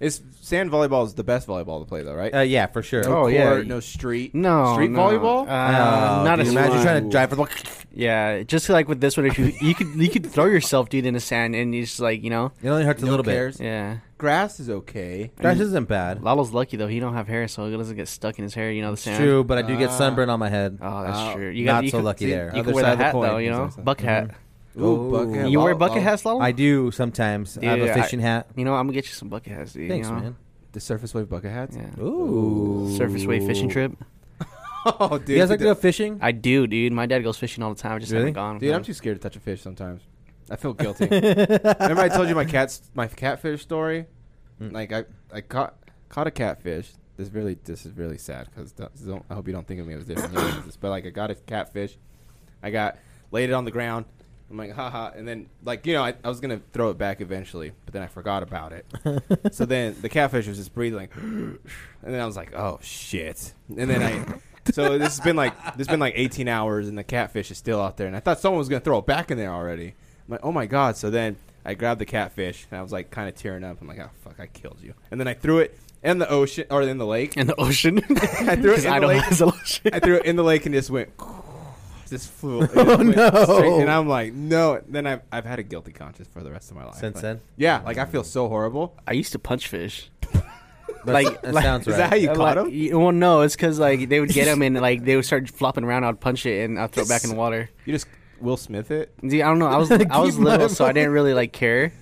Speaker 2: It's sand volleyball is the best volleyball to play though, right?
Speaker 3: uh, yeah, for sure.
Speaker 1: Oh, yeah.
Speaker 2: no street.
Speaker 1: no,
Speaker 2: street
Speaker 1: no.
Speaker 2: volleyball.
Speaker 1: Uh,
Speaker 3: Oh,
Speaker 1: not
Speaker 3: dude,
Speaker 1: as
Speaker 3: imagine
Speaker 1: fun.
Speaker 3: trying to drive for the.
Speaker 1: Yeah, just like with this one, if you you could you could throw yourself, dude, in the sand, and you just like you know,
Speaker 3: It only hurts a
Speaker 2: No
Speaker 3: little
Speaker 2: cares.
Speaker 1: yeah.
Speaker 2: Grass is okay.
Speaker 3: bit. That isn't bad.
Speaker 1: Lalo's lucky though; he don't have hair, so it doesn't get stuck in his hair. You know the sand.
Speaker 3: True, but I do get
Speaker 2: Ah.
Speaker 3: sunburn on my head.
Speaker 1: Oh, that's
Speaker 2: Oh,
Speaker 1: true.
Speaker 3: not
Speaker 1: you
Speaker 3: so lucky
Speaker 1: you-
Speaker 3: there.
Speaker 1: You
Speaker 2: Other
Speaker 1: can wear
Speaker 2: side
Speaker 1: the
Speaker 2: of the
Speaker 1: hat
Speaker 2: coin
Speaker 1: though, you
Speaker 2: is
Speaker 1: know,
Speaker 2: also-
Speaker 1: buck hat.
Speaker 3: Ooh.
Speaker 2: bucket
Speaker 1: You
Speaker 2: hat.
Speaker 1: wear
Speaker 2: Lol-
Speaker 1: bucket
Speaker 2: lol.
Speaker 1: hats, Lalo?
Speaker 3: I do sometimes. I have
Speaker 1: Dude,
Speaker 3: a
Speaker 1: I-
Speaker 3: fishing hat.
Speaker 1: You know, I'm gonna get you some bucket hats, dude.
Speaker 3: Thanks,
Speaker 1: you know?
Speaker 3: man.
Speaker 2: the Surface Wave bucket hats.
Speaker 1: Yeah.
Speaker 3: Ooh.
Speaker 1: Surface wave fishing trip.
Speaker 2: oh, dude,
Speaker 3: you guys like to
Speaker 2: dude,
Speaker 3: go fishing?
Speaker 1: I do, dude. My dad goes fishing all the time. I just
Speaker 3: Really?
Speaker 1: haven't gone.
Speaker 2: dude, I'm
Speaker 1: man.
Speaker 2: too scared to touch a fish sometimes. I feel guilty. Remember, I told you my cat's my catfish story.
Speaker 3: Mm.
Speaker 2: Like I, I caught caught a catfish. This really this is really sad because I hope you don't think of me as different. than this, but like I got a catfish. I got laid it on the ground. I'm like haha, and then like you know I, I was gonna throw it back eventually, but then I forgot about it. so then the catfish was just breathing, like, and then I was like, oh shit, and then I. So this has been like this has been like 18 hours, and the catfish is still out there, and I thought someone was gonna throw it back in there already. I'm like, oh my god! So then I grabbed the catfish, and I was like, kind of tearing up. I'm like, oh fuck, I killed you. And then I threw it in the ocean or in the lake.
Speaker 1: in the ocean. I
Speaker 2: threw it in
Speaker 1: I
Speaker 2: the
Speaker 1: don't
Speaker 2: lake.
Speaker 1: like the ocean.
Speaker 2: I threw it in the lake and just went. Just flew. it just
Speaker 3: Oh,
Speaker 2: went
Speaker 3: no.
Speaker 2: straight- and I'm like, no. Then I've I've had a guilty conscience for the rest of my life.
Speaker 3: Since
Speaker 2: Like,
Speaker 3: then? mm.
Speaker 2: yeah, like I feel so horrible.
Speaker 1: I used to punch fish.
Speaker 3: That's- that sounds
Speaker 2: is
Speaker 3: right.
Speaker 2: that how you
Speaker 1: Uh,
Speaker 2: caught
Speaker 1: like,
Speaker 2: him?
Speaker 1: y- Well, no, it's because like they would get them and like they would start flopping around. I'd punch it and I'd throw it back in the water.
Speaker 2: You just Will Smith it.
Speaker 1: Dude, I don't know. I was I was
Speaker 3: Keep my
Speaker 1: little, so I
Speaker 3: money.
Speaker 1: didn't really like care,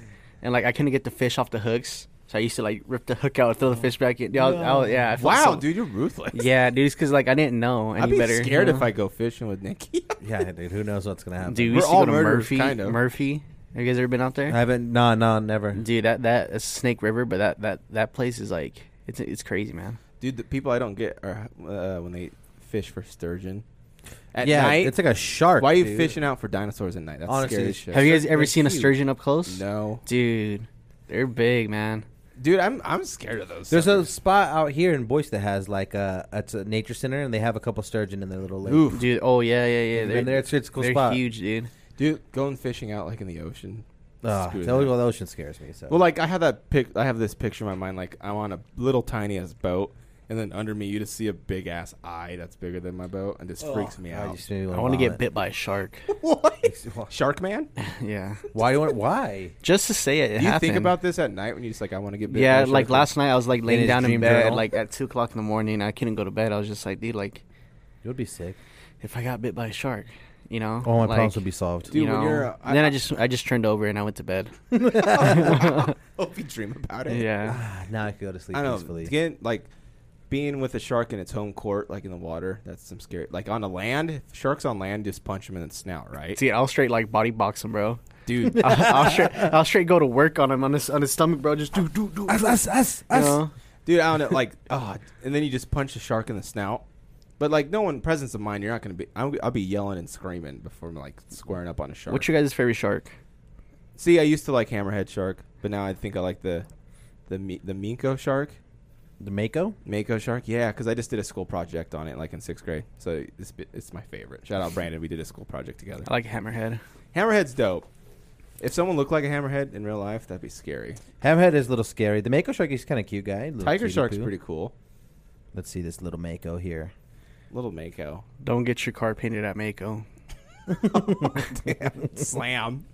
Speaker 1: and like I couldn't get the fish off the hooks. So I used to like rip the hook out, throw the fish back in. Yeah, I was- I was- yeah. I felt
Speaker 2: Wow,
Speaker 1: so-
Speaker 2: dude, you're ruthless.
Speaker 1: Yeah, dude, it's because like I didn't know any
Speaker 2: I'd be
Speaker 1: better.
Speaker 2: scared
Speaker 1: you
Speaker 2: if
Speaker 1: know?
Speaker 2: I go fishing with Nikki.
Speaker 3: yeah, dude. Who knows what's gonna happen?
Speaker 1: Dude, we
Speaker 2: We're
Speaker 1: used to
Speaker 2: all
Speaker 1: go to
Speaker 2: murderers,
Speaker 1: Murphy.
Speaker 2: kind of.
Speaker 1: Murphy, have you guys ever been out
Speaker 3: I
Speaker 1: there?
Speaker 3: haven't. No, no, never.
Speaker 1: Dude, that that that's Snake River, but that that that place is like it's it's crazy, man.
Speaker 2: Dude, the people I don't get are uh, when they fish for sturgeon at
Speaker 3: yeah,
Speaker 2: night.
Speaker 3: it's like a shark.
Speaker 2: why are you
Speaker 3: dude.
Speaker 2: fishing out for dinosaurs at night? That's
Speaker 3: Honestly,
Speaker 2: scary as shit.
Speaker 1: Have you guys
Speaker 3: sturgeon
Speaker 1: ever
Speaker 3: are
Speaker 1: seen a
Speaker 3: huge.
Speaker 1: sturgeon up close?
Speaker 2: no,
Speaker 1: Dude, they're big, man.
Speaker 2: dude, I'm I'm scared of those.
Speaker 3: There's a
Speaker 2: suckers.
Speaker 3: spot out here in Boyce that has like a it's a nature center and they have a couple sturgeon in their little lake.
Speaker 2: Oof.
Speaker 1: Dude, oh yeah, yeah, yeah.
Speaker 3: And
Speaker 1: They're,
Speaker 3: there, it's, it's a cool
Speaker 1: they're
Speaker 3: spot.
Speaker 1: huge, dude.
Speaker 2: dude going fishing out like in the ocean.
Speaker 3: Ugh,
Speaker 2: Screw
Speaker 3: the only-
Speaker 2: that.
Speaker 3: well, the ocean scares me. So
Speaker 2: Well, like I have that pic. I have this picture in my mind. Like I'm on a little tiny ass boat, and then under me you just see a big ass eye that's bigger than my boat, and just freaks me out.
Speaker 1: Oh, I want to get bit by a shark.
Speaker 2: What? Shark man?
Speaker 1: yeah,
Speaker 3: Why do you want? Why?
Speaker 1: just to say it. it
Speaker 2: Do you
Speaker 1: happened.
Speaker 2: think about this at night when you just like I want to get bit? by
Speaker 1: Yeah,
Speaker 2: a
Speaker 1: like
Speaker 2: shark?
Speaker 1: last night I was like laying
Speaker 3: his
Speaker 1: down in
Speaker 3: dream
Speaker 1: bed
Speaker 3: journal?
Speaker 1: like at two o'clock in the morning. I couldn't go to bed. I was just like, dude, like
Speaker 3: It would be sick.
Speaker 1: if I got bit by a shark, you know,
Speaker 3: All my
Speaker 1: like,
Speaker 3: problems would be solved.
Speaker 2: Dude,
Speaker 1: you
Speaker 2: when
Speaker 1: know.
Speaker 2: you're, uh,
Speaker 1: and then I just I just turned over and I went to bed.
Speaker 2: Hope you dream about it.
Speaker 1: yeah,
Speaker 3: Ah, now I can go to sleep
Speaker 2: I don't know.
Speaker 3: peacefully.
Speaker 2: Again, like being with a shark in its home court, like in the water, that's some scary. Like on the land, if sharks on land just punch them in the snout, right?
Speaker 1: dude, I'll straight like body box him, bro.
Speaker 2: Dude,
Speaker 1: I'll, I'll straight I'll straight go to work on him on his on his stomach, bro. Just do do do.
Speaker 3: Us, us, us,
Speaker 1: You
Speaker 3: us.
Speaker 1: know?
Speaker 2: dude, I don't know. Like, ah, and then you just punch the shark in the snout. But like, no one presence of mind. You're not gonna be. I'll, I'll be yelling and screaming before I'm like squaring up on a shark.
Speaker 1: What's your guys' favorite shark?
Speaker 2: See, I used to like hammerhead shark, but now I think I like the the mi- the minko shark.
Speaker 3: The Mako.
Speaker 2: Mako shark, yeah, because I just did a school project on it, like in sixth grade. So it's bi- it's my favorite. Shout out Brandon, we did a school project together.
Speaker 1: I like hammerhead.
Speaker 2: Hammerhead's dope. If someone looked like a hammerhead in real life, that'd be scary.
Speaker 3: Hammerhead is a little scary. The Mako shark is kind of cute guy. Little
Speaker 2: Tiger
Speaker 3: cutie
Speaker 2: shark's
Speaker 3: poo.
Speaker 2: pretty cool.
Speaker 3: Let's see this little Mako here.
Speaker 2: Little Mako,
Speaker 1: Don't get your car painted at Mako. Oh,
Speaker 2: slam.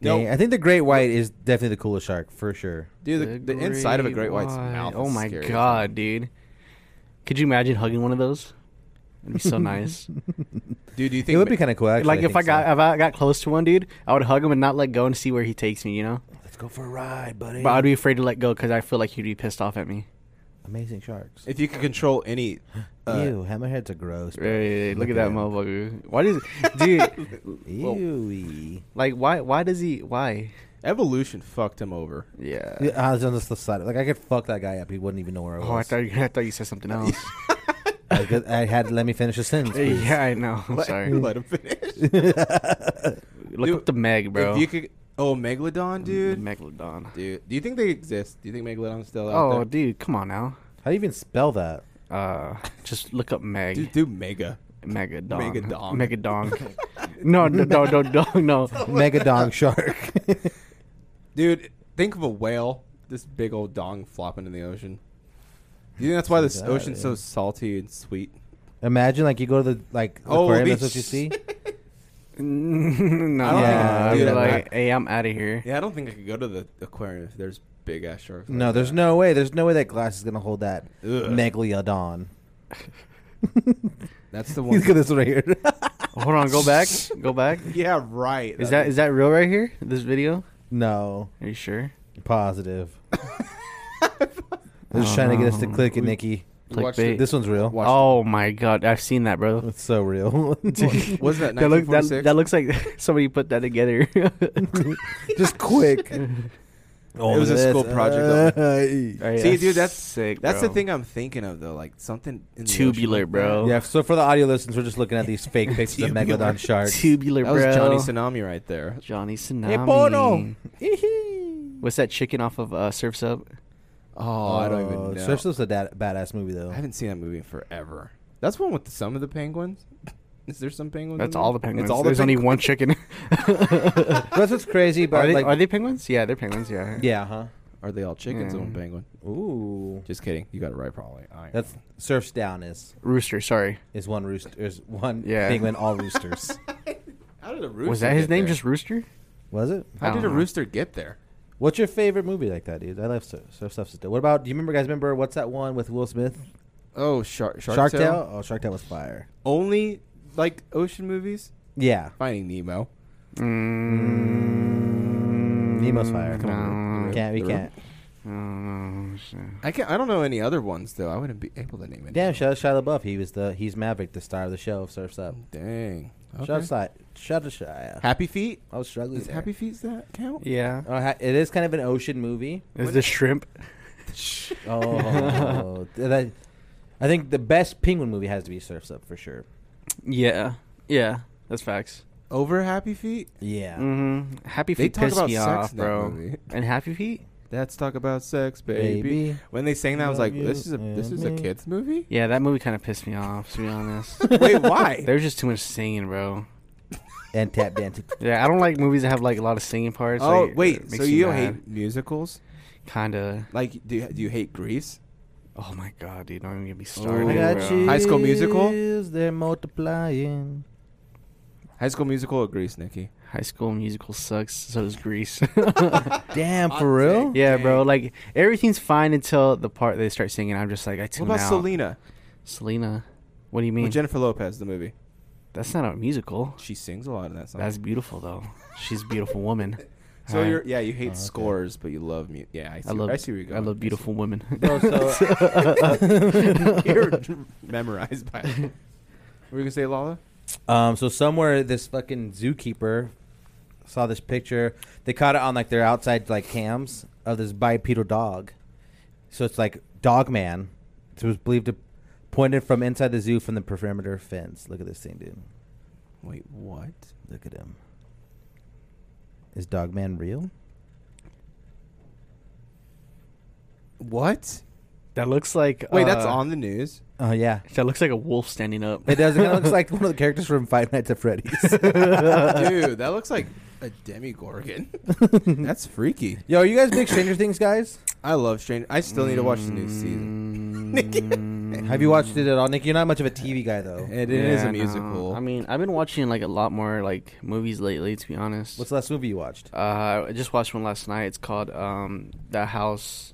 Speaker 3: No,
Speaker 2: No,
Speaker 3: I think the great white is definitely the coolest shark for sure.
Speaker 2: dude, the, the inside of a great white's
Speaker 1: white.
Speaker 2: mouth.
Speaker 1: Oh
Speaker 2: is
Speaker 1: my
Speaker 2: scary.
Speaker 1: god, dude! Could you imagine hugging one of those? It'd be so nice.
Speaker 2: dude, do you think
Speaker 3: It would
Speaker 2: ma-
Speaker 3: be kind of cool. Actually,
Speaker 1: like if
Speaker 3: think
Speaker 1: I got
Speaker 3: so.
Speaker 1: if I got close to one dude, I would hug him and not let go and see where he takes me. You know,
Speaker 3: let's go for a ride, buddy.
Speaker 1: but I'd be afraid to let go because I feel like he'd be pissed off at me.
Speaker 3: Amazing sharks.
Speaker 2: if you could control any? Uh,
Speaker 3: Ew, hammerheads are gross. bro.
Speaker 1: Right, look, at that
Speaker 3: him.
Speaker 1: motherfucker! Why does dude well-
Speaker 3: Ew.
Speaker 1: like why why does he why?
Speaker 2: evolution fucked him over.
Speaker 1: Yeah.
Speaker 3: Yeah, I was on the flip side. Like I could fuck that guy up. He wouldn't even know where I was.
Speaker 1: Oh, I thought you, I thought you said something else.
Speaker 3: I, could- I had to let me finish the sentence. please.
Speaker 1: yeah, I know. I'm
Speaker 2: Let-
Speaker 1: sorry.
Speaker 2: let him finish,
Speaker 1: Look
Speaker 2: Dude,
Speaker 1: up the Meg, bro.
Speaker 2: If you could, oh, megalodon,
Speaker 1: The
Speaker 2: dude.
Speaker 1: Megalodon.
Speaker 2: Dude, do you think they exist? Do you think Megalodon's still out
Speaker 1: Oh,
Speaker 2: there?
Speaker 1: dude, come on now.
Speaker 3: How do you even spell that?
Speaker 1: Uh, just look up Meg.
Speaker 2: Dude, do Mega.
Speaker 1: Megadon.
Speaker 2: Megadon.
Speaker 1: Megadon. no, no, no, no, no, no.
Speaker 3: Megadong shark.
Speaker 2: Dude, think of a whale, this big old dong flopping in the ocean. Do you think that's why this
Speaker 3: God,
Speaker 2: ocean's so
Speaker 3: yeah.
Speaker 2: salty and sweet?
Speaker 3: Imagine like you go to the like
Speaker 2: Oh,
Speaker 3: aquarium.
Speaker 2: we-
Speaker 3: That's what you see.
Speaker 1: no,
Speaker 2: I don't
Speaker 1: yeah,
Speaker 2: think I
Speaker 1: I'd
Speaker 2: could do
Speaker 1: be
Speaker 2: that.
Speaker 1: like, hey, I'm out of here.
Speaker 2: Yeah, I don't think I could go to the aquarium if there's big ass sharks. like
Speaker 3: No, there's
Speaker 2: that.
Speaker 3: no way. There's no way that glass is gonna hold that
Speaker 2: Ugh.
Speaker 3: megalodon.
Speaker 2: That's the one.
Speaker 3: Look at this right here.
Speaker 1: Hold on, go back, go back.
Speaker 2: yeah, right.
Speaker 1: Is that is that real right here? This video?
Speaker 3: no,
Speaker 1: Are you sure?
Speaker 3: positive. They're just
Speaker 1: Oh,
Speaker 3: trying to get us to
Speaker 1: no.
Speaker 3: click it,
Speaker 1: We-
Speaker 3: Nikki.
Speaker 2: Watch
Speaker 1: Clickbait.
Speaker 3: This one's real.
Speaker 2: Watch
Speaker 1: Oh my god, I've seen that, bro.
Speaker 3: It's so real.
Speaker 2: Was that
Speaker 1: That, look, that,
Speaker 2: 1946?
Speaker 1: that looks like somebody put that together.
Speaker 3: just quick.
Speaker 2: It was a school project,
Speaker 1: Alright,
Speaker 2: See, dude, that's-
Speaker 1: sick.
Speaker 2: That's
Speaker 1: bro.
Speaker 2: the thing I'm thinking of though, like something in the
Speaker 1: Tubular,
Speaker 2: ocean like
Speaker 1: bro.
Speaker 3: Yeah, so for the audio listeners, we're just looking at these fake pictures of
Speaker 2: Tubular.
Speaker 3: Megalodon sharks.
Speaker 1: Tubular,
Speaker 2: That. that was
Speaker 1: bro.
Speaker 2: Johnny Tsunami right there.
Speaker 1: Johnny Tsunami.
Speaker 2: Hey, Bono.
Speaker 1: What's that chicken off of uh, Surf's Up?
Speaker 2: Oh, I don't even know.
Speaker 3: Surf's Up's a dad- badass movie though.
Speaker 2: I haven't seen that movie in forever. That's one with some of the penguins. Is there some penguins?
Speaker 1: That's
Speaker 2: in
Speaker 1: all the
Speaker 2: there?
Speaker 1: penguins.
Speaker 2: Mm-hmm. It's all
Speaker 1: There's
Speaker 2: the
Speaker 1: only
Speaker 2: penguins.
Speaker 1: one chicken.
Speaker 3: That's what's crazy, but
Speaker 1: are, they,
Speaker 3: like,
Speaker 1: are they penguins? Yeah, they're penguins. Yeah.
Speaker 3: yeah, huh?
Speaker 2: Are they all chickens?
Speaker 1: Mm.
Speaker 2: One penguin.
Speaker 3: Ooh,
Speaker 2: Just kidding. You got it right, probably. I don't
Speaker 3: that's Surf's Down is
Speaker 1: Rooster. Sorry.
Speaker 3: is one rooster is one
Speaker 1: Yeah.
Speaker 3: penguin all roosters.
Speaker 2: know. How did a rooster?
Speaker 1: Was that his
Speaker 2: get
Speaker 1: name?
Speaker 2: there?
Speaker 1: Just Rooster?
Speaker 3: Was it?
Speaker 1: I
Speaker 2: How
Speaker 1: don't
Speaker 2: did a
Speaker 1: know.
Speaker 2: rooster get there?
Speaker 3: What's your favorite movie like that, dude? I love Surf, Surf's Up's dope. What about? Do you remember guys? Remember what's that one with Will Smith?
Speaker 2: Oh, Shark Shark,
Speaker 3: Shark
Speaker 2: Tale?
Speaker 3: Tale. Oh, Shark Tale was fire.
Speaker 2: Only like ocean movies.
Speaker 3: Yeah,
Speaker 2: Finding Nemo.
Speaker 1: Mm,
Speaker 3: Nemo's fire.
Speaker 1: Come on.
Speaker 3: we can't we
Speaker 2: The
Speaker 3: can't?
Speaker 1: Oh, shit.
Speaker 2: I can not I don't know any other ones though. I wouldn't be able to name any.
Speaker 3: Damn, shout out Shia LaBeouf. He was the he's Maverick, the star of the show of Surf's Up.
Speaker 2: Dang.
Speaker 3: Shout
Speaker 2: Okay.
Speaker 3: out Shia. Shout out Shia.
Speaker 2: Happy Feet.
Speaker 3: I was struggling.
Speaker 2: Is
Speaker 3: there.
Speaker 2: Happy Feet's that count?
Speaker 1: Yeah.
Speaker 3: Oh, ha- it is kind of an ocean movie.
Speaker 1: Is the shrimp?
Speaker 3: Oh, that, I think the best penguin movie has to be Surf's Up for sure.
Speaker 1: Yeah. Yeah. That's facts.
Speaker 2: Over Happy Feet.
Speaker 3: Yeah.
Speaker 1: hmm Happy
Speaker 2: They
Speaker 1: Feet
Speaker 2: talk
Speaker 1: pissed
Speaker 2: about
Speaker 1: me
Speaker 2: sex
Speaker 1: off,
Speaker 2: in that
Speaker 1: bro.
Speaker 2: movie.
Speaker 1: And Happy Feet?
Speaker 2: Let's talk about sex, baby.
Speaker 3: Baby.
Speaker 2: When they sang that, I was
Speaker 3: Love
Speaker 2: like,
Speaker 3: you
Speaker 2: "This is a this
Speaker 3: and
Speaker 2: is a
Speaker 3: me.
Speaker 2: kids movie."
Speaker 1: Yeah, that movie kind of pissed me off, to be honest.
Speaker 2: Wait, why?
Speaker 1: There's just too much singing, bro.
Speaker 3: And tap dancing.
Speaker 1: Yeah, I don't like movies that have like a lot of singing parts.
Speaker 2: oh
Speaker 1: like, it
Speaker 2: wait,
Speaker 1: makes
Speaker 2: so
Speaker 1: me
Speaker 2: you don't
Speaker 1: mad.
Speaker 2: hate musicals?
Speaker 1: Kinda.
Speaker 2: Like, do you, do you hate Grease?
Speaker 1: Oh my god, dude! Don't even get me
Speaker 2: Oh,
Speaker 1: started.
Speaker 3: I got
Speaker 1: bro.
Speaker 3: you.
Speaker 2: Mm-hmm. High School Musical?
Speaker 3: They're multiplying.
Speaker 2: High School Musical or Grease, Nikki?
Speaker 1: High School Musical sucks. So does Grease.
Speaker 3: Damn,
Speaker 2: Hot
Speaker 3: for real?
Speaker 2: take.
Speaker 1: yeah, bro.
Speaker 2: Dang.
Speaker 1: Like everything's fine until the part they start singing. I'm just like, I
Speaker 2: What
Speaker 1: tune
Speaker 2: about
Speaker 1: out.
Speaker 2: Selena?
Speaker 1: Selena. What do you
Speaker 2: With
Speaker 1: mean?
Speaker 2: Jennifer Oh. Lopez, the movie.
Speaker 1: That's not a musical.
Speaker 2: She sings a lot in that song.
Speaker 1: That's beautiful though. She's a beautiful woman.
Speaker 2: so
Speaker 1: Alright.
Speaker 2: you're yeah, you hate
Speaker 3: Oh, okay.
Speaker 2: scores, but you love mu Yeah, I see.
Speaker 1: I love.
Speaker 2: I see where you're
Speaker 1: I
Speaker 2: going.
Speaker 1: love beautiful women.
Speaker 3: Bro, so-
Speaker 2: you're memorized by. It. Were you gonna say Lala?
Speaker 3: Um, so somewhere this fucking zookeeper saw this picture. They caught it on like their outside like cams of this bipedal dog. So it's like dog man. It was believed to pointed from inside the zoo from the perimeter fence. Look at this thing, dude.
Speaker 2: Wait, what?
Speaker 3: Look at him. Is dog man real?
Speaker 2: What?
Speaker 1: that looks like.
Speaker 2: Wait, that's
Speaker 1: uh,
Speaker 2: on the news.
Speaker 3: Oh yeah.
Speaker 1: That looks like a wolf standing up.
Speaker 3: It does. It kinda looks like one of the characters from Five Nights at Freddy's.
Speaker 2: Dude, that looks like a demigorgon. That's freaky.
Speaker 3: Yo, are you guys big Stranger Things guys?
Speaker 2: I love Stranger. I still need to watch the new season.
Speaker 1: Mm.
Speaker 3: Have you watched it at all, Nick? You're not much of a TV guy though.
Speaker 2: It, it is
Speaker 1: Yeah,
Speaker 2: a
Speaker 1: no.
Speaker 2: musical.
Speaker 1: I mean, I've been watching like a lot more like movies lately. To be honest,
Speaker 3: What's the last movie you watched?
Speaker 1: uh, I just watched one last night. It's called um, The House.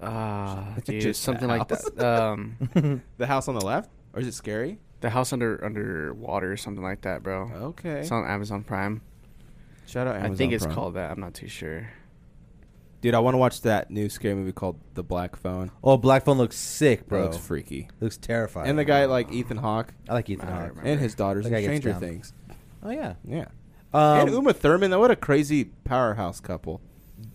Speaker 1: Uh,
Speaker 2: Just
Speaker 1: dude,
Speaker 2: The
Speaker 1: something like
Speaker 2: House.
Speaker 1: that. Um,
Speaker 2: the house on the left, or is it scary?
Speaker 1: the House Under Underwater, or something like that, bro.
Speaker 2: Okay.
Speaker 1: It's on Amazon Prime.
Speaker 2: Shout out. Amazon
Speaker 1: I think it's
Speaker 2: Prime.
Speaker 1: called that. I'm not too sure.
Speaker 2: Dude, I want to watch that new scary movie called The Black Phone.
Speaker 3: Oh, Black Phone looks sick,
Speaker 2: Bro,
Speaker 3: bro.
Speaker 2: looks freaky.
Speaker 3: Looks terrifying.
Speaker 2: And the guy like Ethan Hawke
Speaker 3: I like Ethan
Speaker 1: I don't
Speaker 3: Hawke.
Speaker 1: remember.
Speaker 2: and his daughters
Speaker 3: The
Speaker 2: in
Speaker 3: guy gets
Speaker 2: Stranger
Speaker 3: down.
Speaker 2: Things.
Speaker 3: Oh yeah.
Speaker 2: Yeah.
Speaker 3: Um,
Speaker 2: and Uma Thurman. That what a crazy powerhouse couple.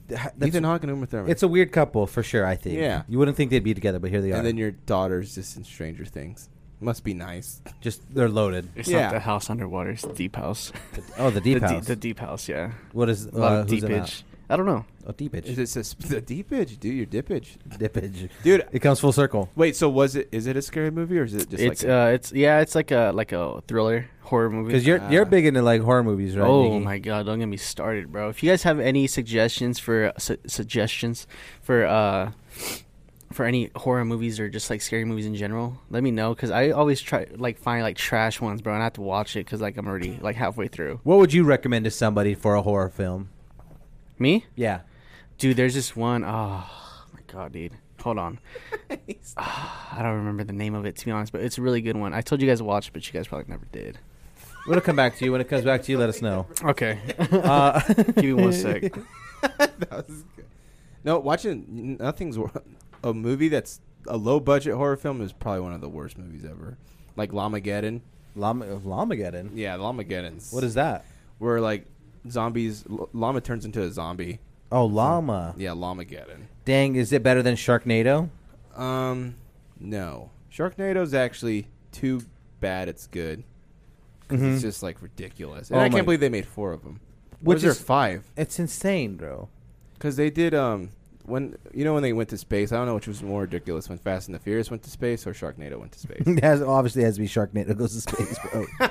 Speaker 3: that's-
Speaker 2: Ethan Hawke and Uma Thurman.
Speaker 3: It's a weird couple for sure. I think.
Speaker 2: Yeah.
Speaker 3: You wouldn't think they'd be together, but here they are.
Speaker 2: and then your daughter's just in Stranger Things. Must be nice.
Speaker 3: just they're loaded.
Speaker 1: It's
Speaker 2: Yeah.
Speaker 1: not the house underwater. It's the deep house.
Speaker 3: Oh, the deep
Speaker 1: the,
Speaker 3: house.
Speaker 1: the deep house. Yeah.
Speaker 3: what is
Speaker 1: A lot
Speaker 3: uh,
Speaker 1: of
Speaker 3: who's
Speaker 1: deep
Speaker 3: in that?
Speaker 1: pitch. I don't know.
Speaker 3: Oh, deepage.
Speaker 2: Is it sus- the deepage, dude? Your dippage,
Speaker 3: Dippage.
Speaker 2: dude.
Speaker 3: It comes full circle.
Speaker 2: Wait, so was it? Is it a scary movie or is it just
Speaker 1: it's
Speaker 2: like? a-
Speaker 1: uh, it's yeah, it's like a like a thriller horror movie.
Speaker 3: Because you're you're
Speaker 2: Ah.
Speaker 3: big into like horror movies, right?
Speaker 1: oh
Speaker 3: Nikki?
Speaker 1: my god, don't get me started, bro. If you guys have any suggestions for su- suggestions for uh for any horror movies or just like scary movies in general, let me know because I always try like find like trash ones, bro, and I have to watch it because like I'm already like halfway through.
Speaker 3: What would you recommend to somebody for a horror film?
Speaker 1: Me,
Speaker 3: Yeah.
Speaker 1: dude, there's this one oh my god, dude, hold on. Ah, I don't remember the name of it to be honest, but it's a really good one. I told you guys to watch, it, but you guys probably never did.
Speaker 3: It'll come back to you when it comes back to you. Let us know.
Speaker 1: Okay,
Speaker 3: Uh,
Speaker 1: give me one sec.
Speaker 2: that was good. No, watching nothing's. wor- a movie that's a low budget horror film is probably one of the worst movies ever. Like Lamageddon.
Speaker 3: Llama, Llamageddon.
Speaker 2: Yeah, Lamageddon's.
Speaker 3: What is that?
Speaker 2: where like zombies L- llama turns into a zombie.
Speaker 3: Oh, llama.
Speaker 2: Yeah, Lamageddon.
Speaker 3: Dang, is it better than Sharknado?
Speaker 2: Um no. Sharknado's actually too bad it's good. 'Cause
Speaker 3: Mhm.
Speaker 2: It's just like ridiculous. And
Speaker 3: Oh
Speaker 2: I can't
Speaker 3: my-
Speaker 2: believe they made 4 of them.
Speaker 3: Which
Speaker 2: Which there
Speaker 3: is-
Speaker 2: five?
Speaker 3: It's insane, bro.
Speaker 2: Cuz they did um when you know when they went to space, I don't know which was more ridiculous when Fast and the Furious went to space or Sharknado went to space.
Speaker 3: it has, obviously has to be Sharknado goes to space, bro.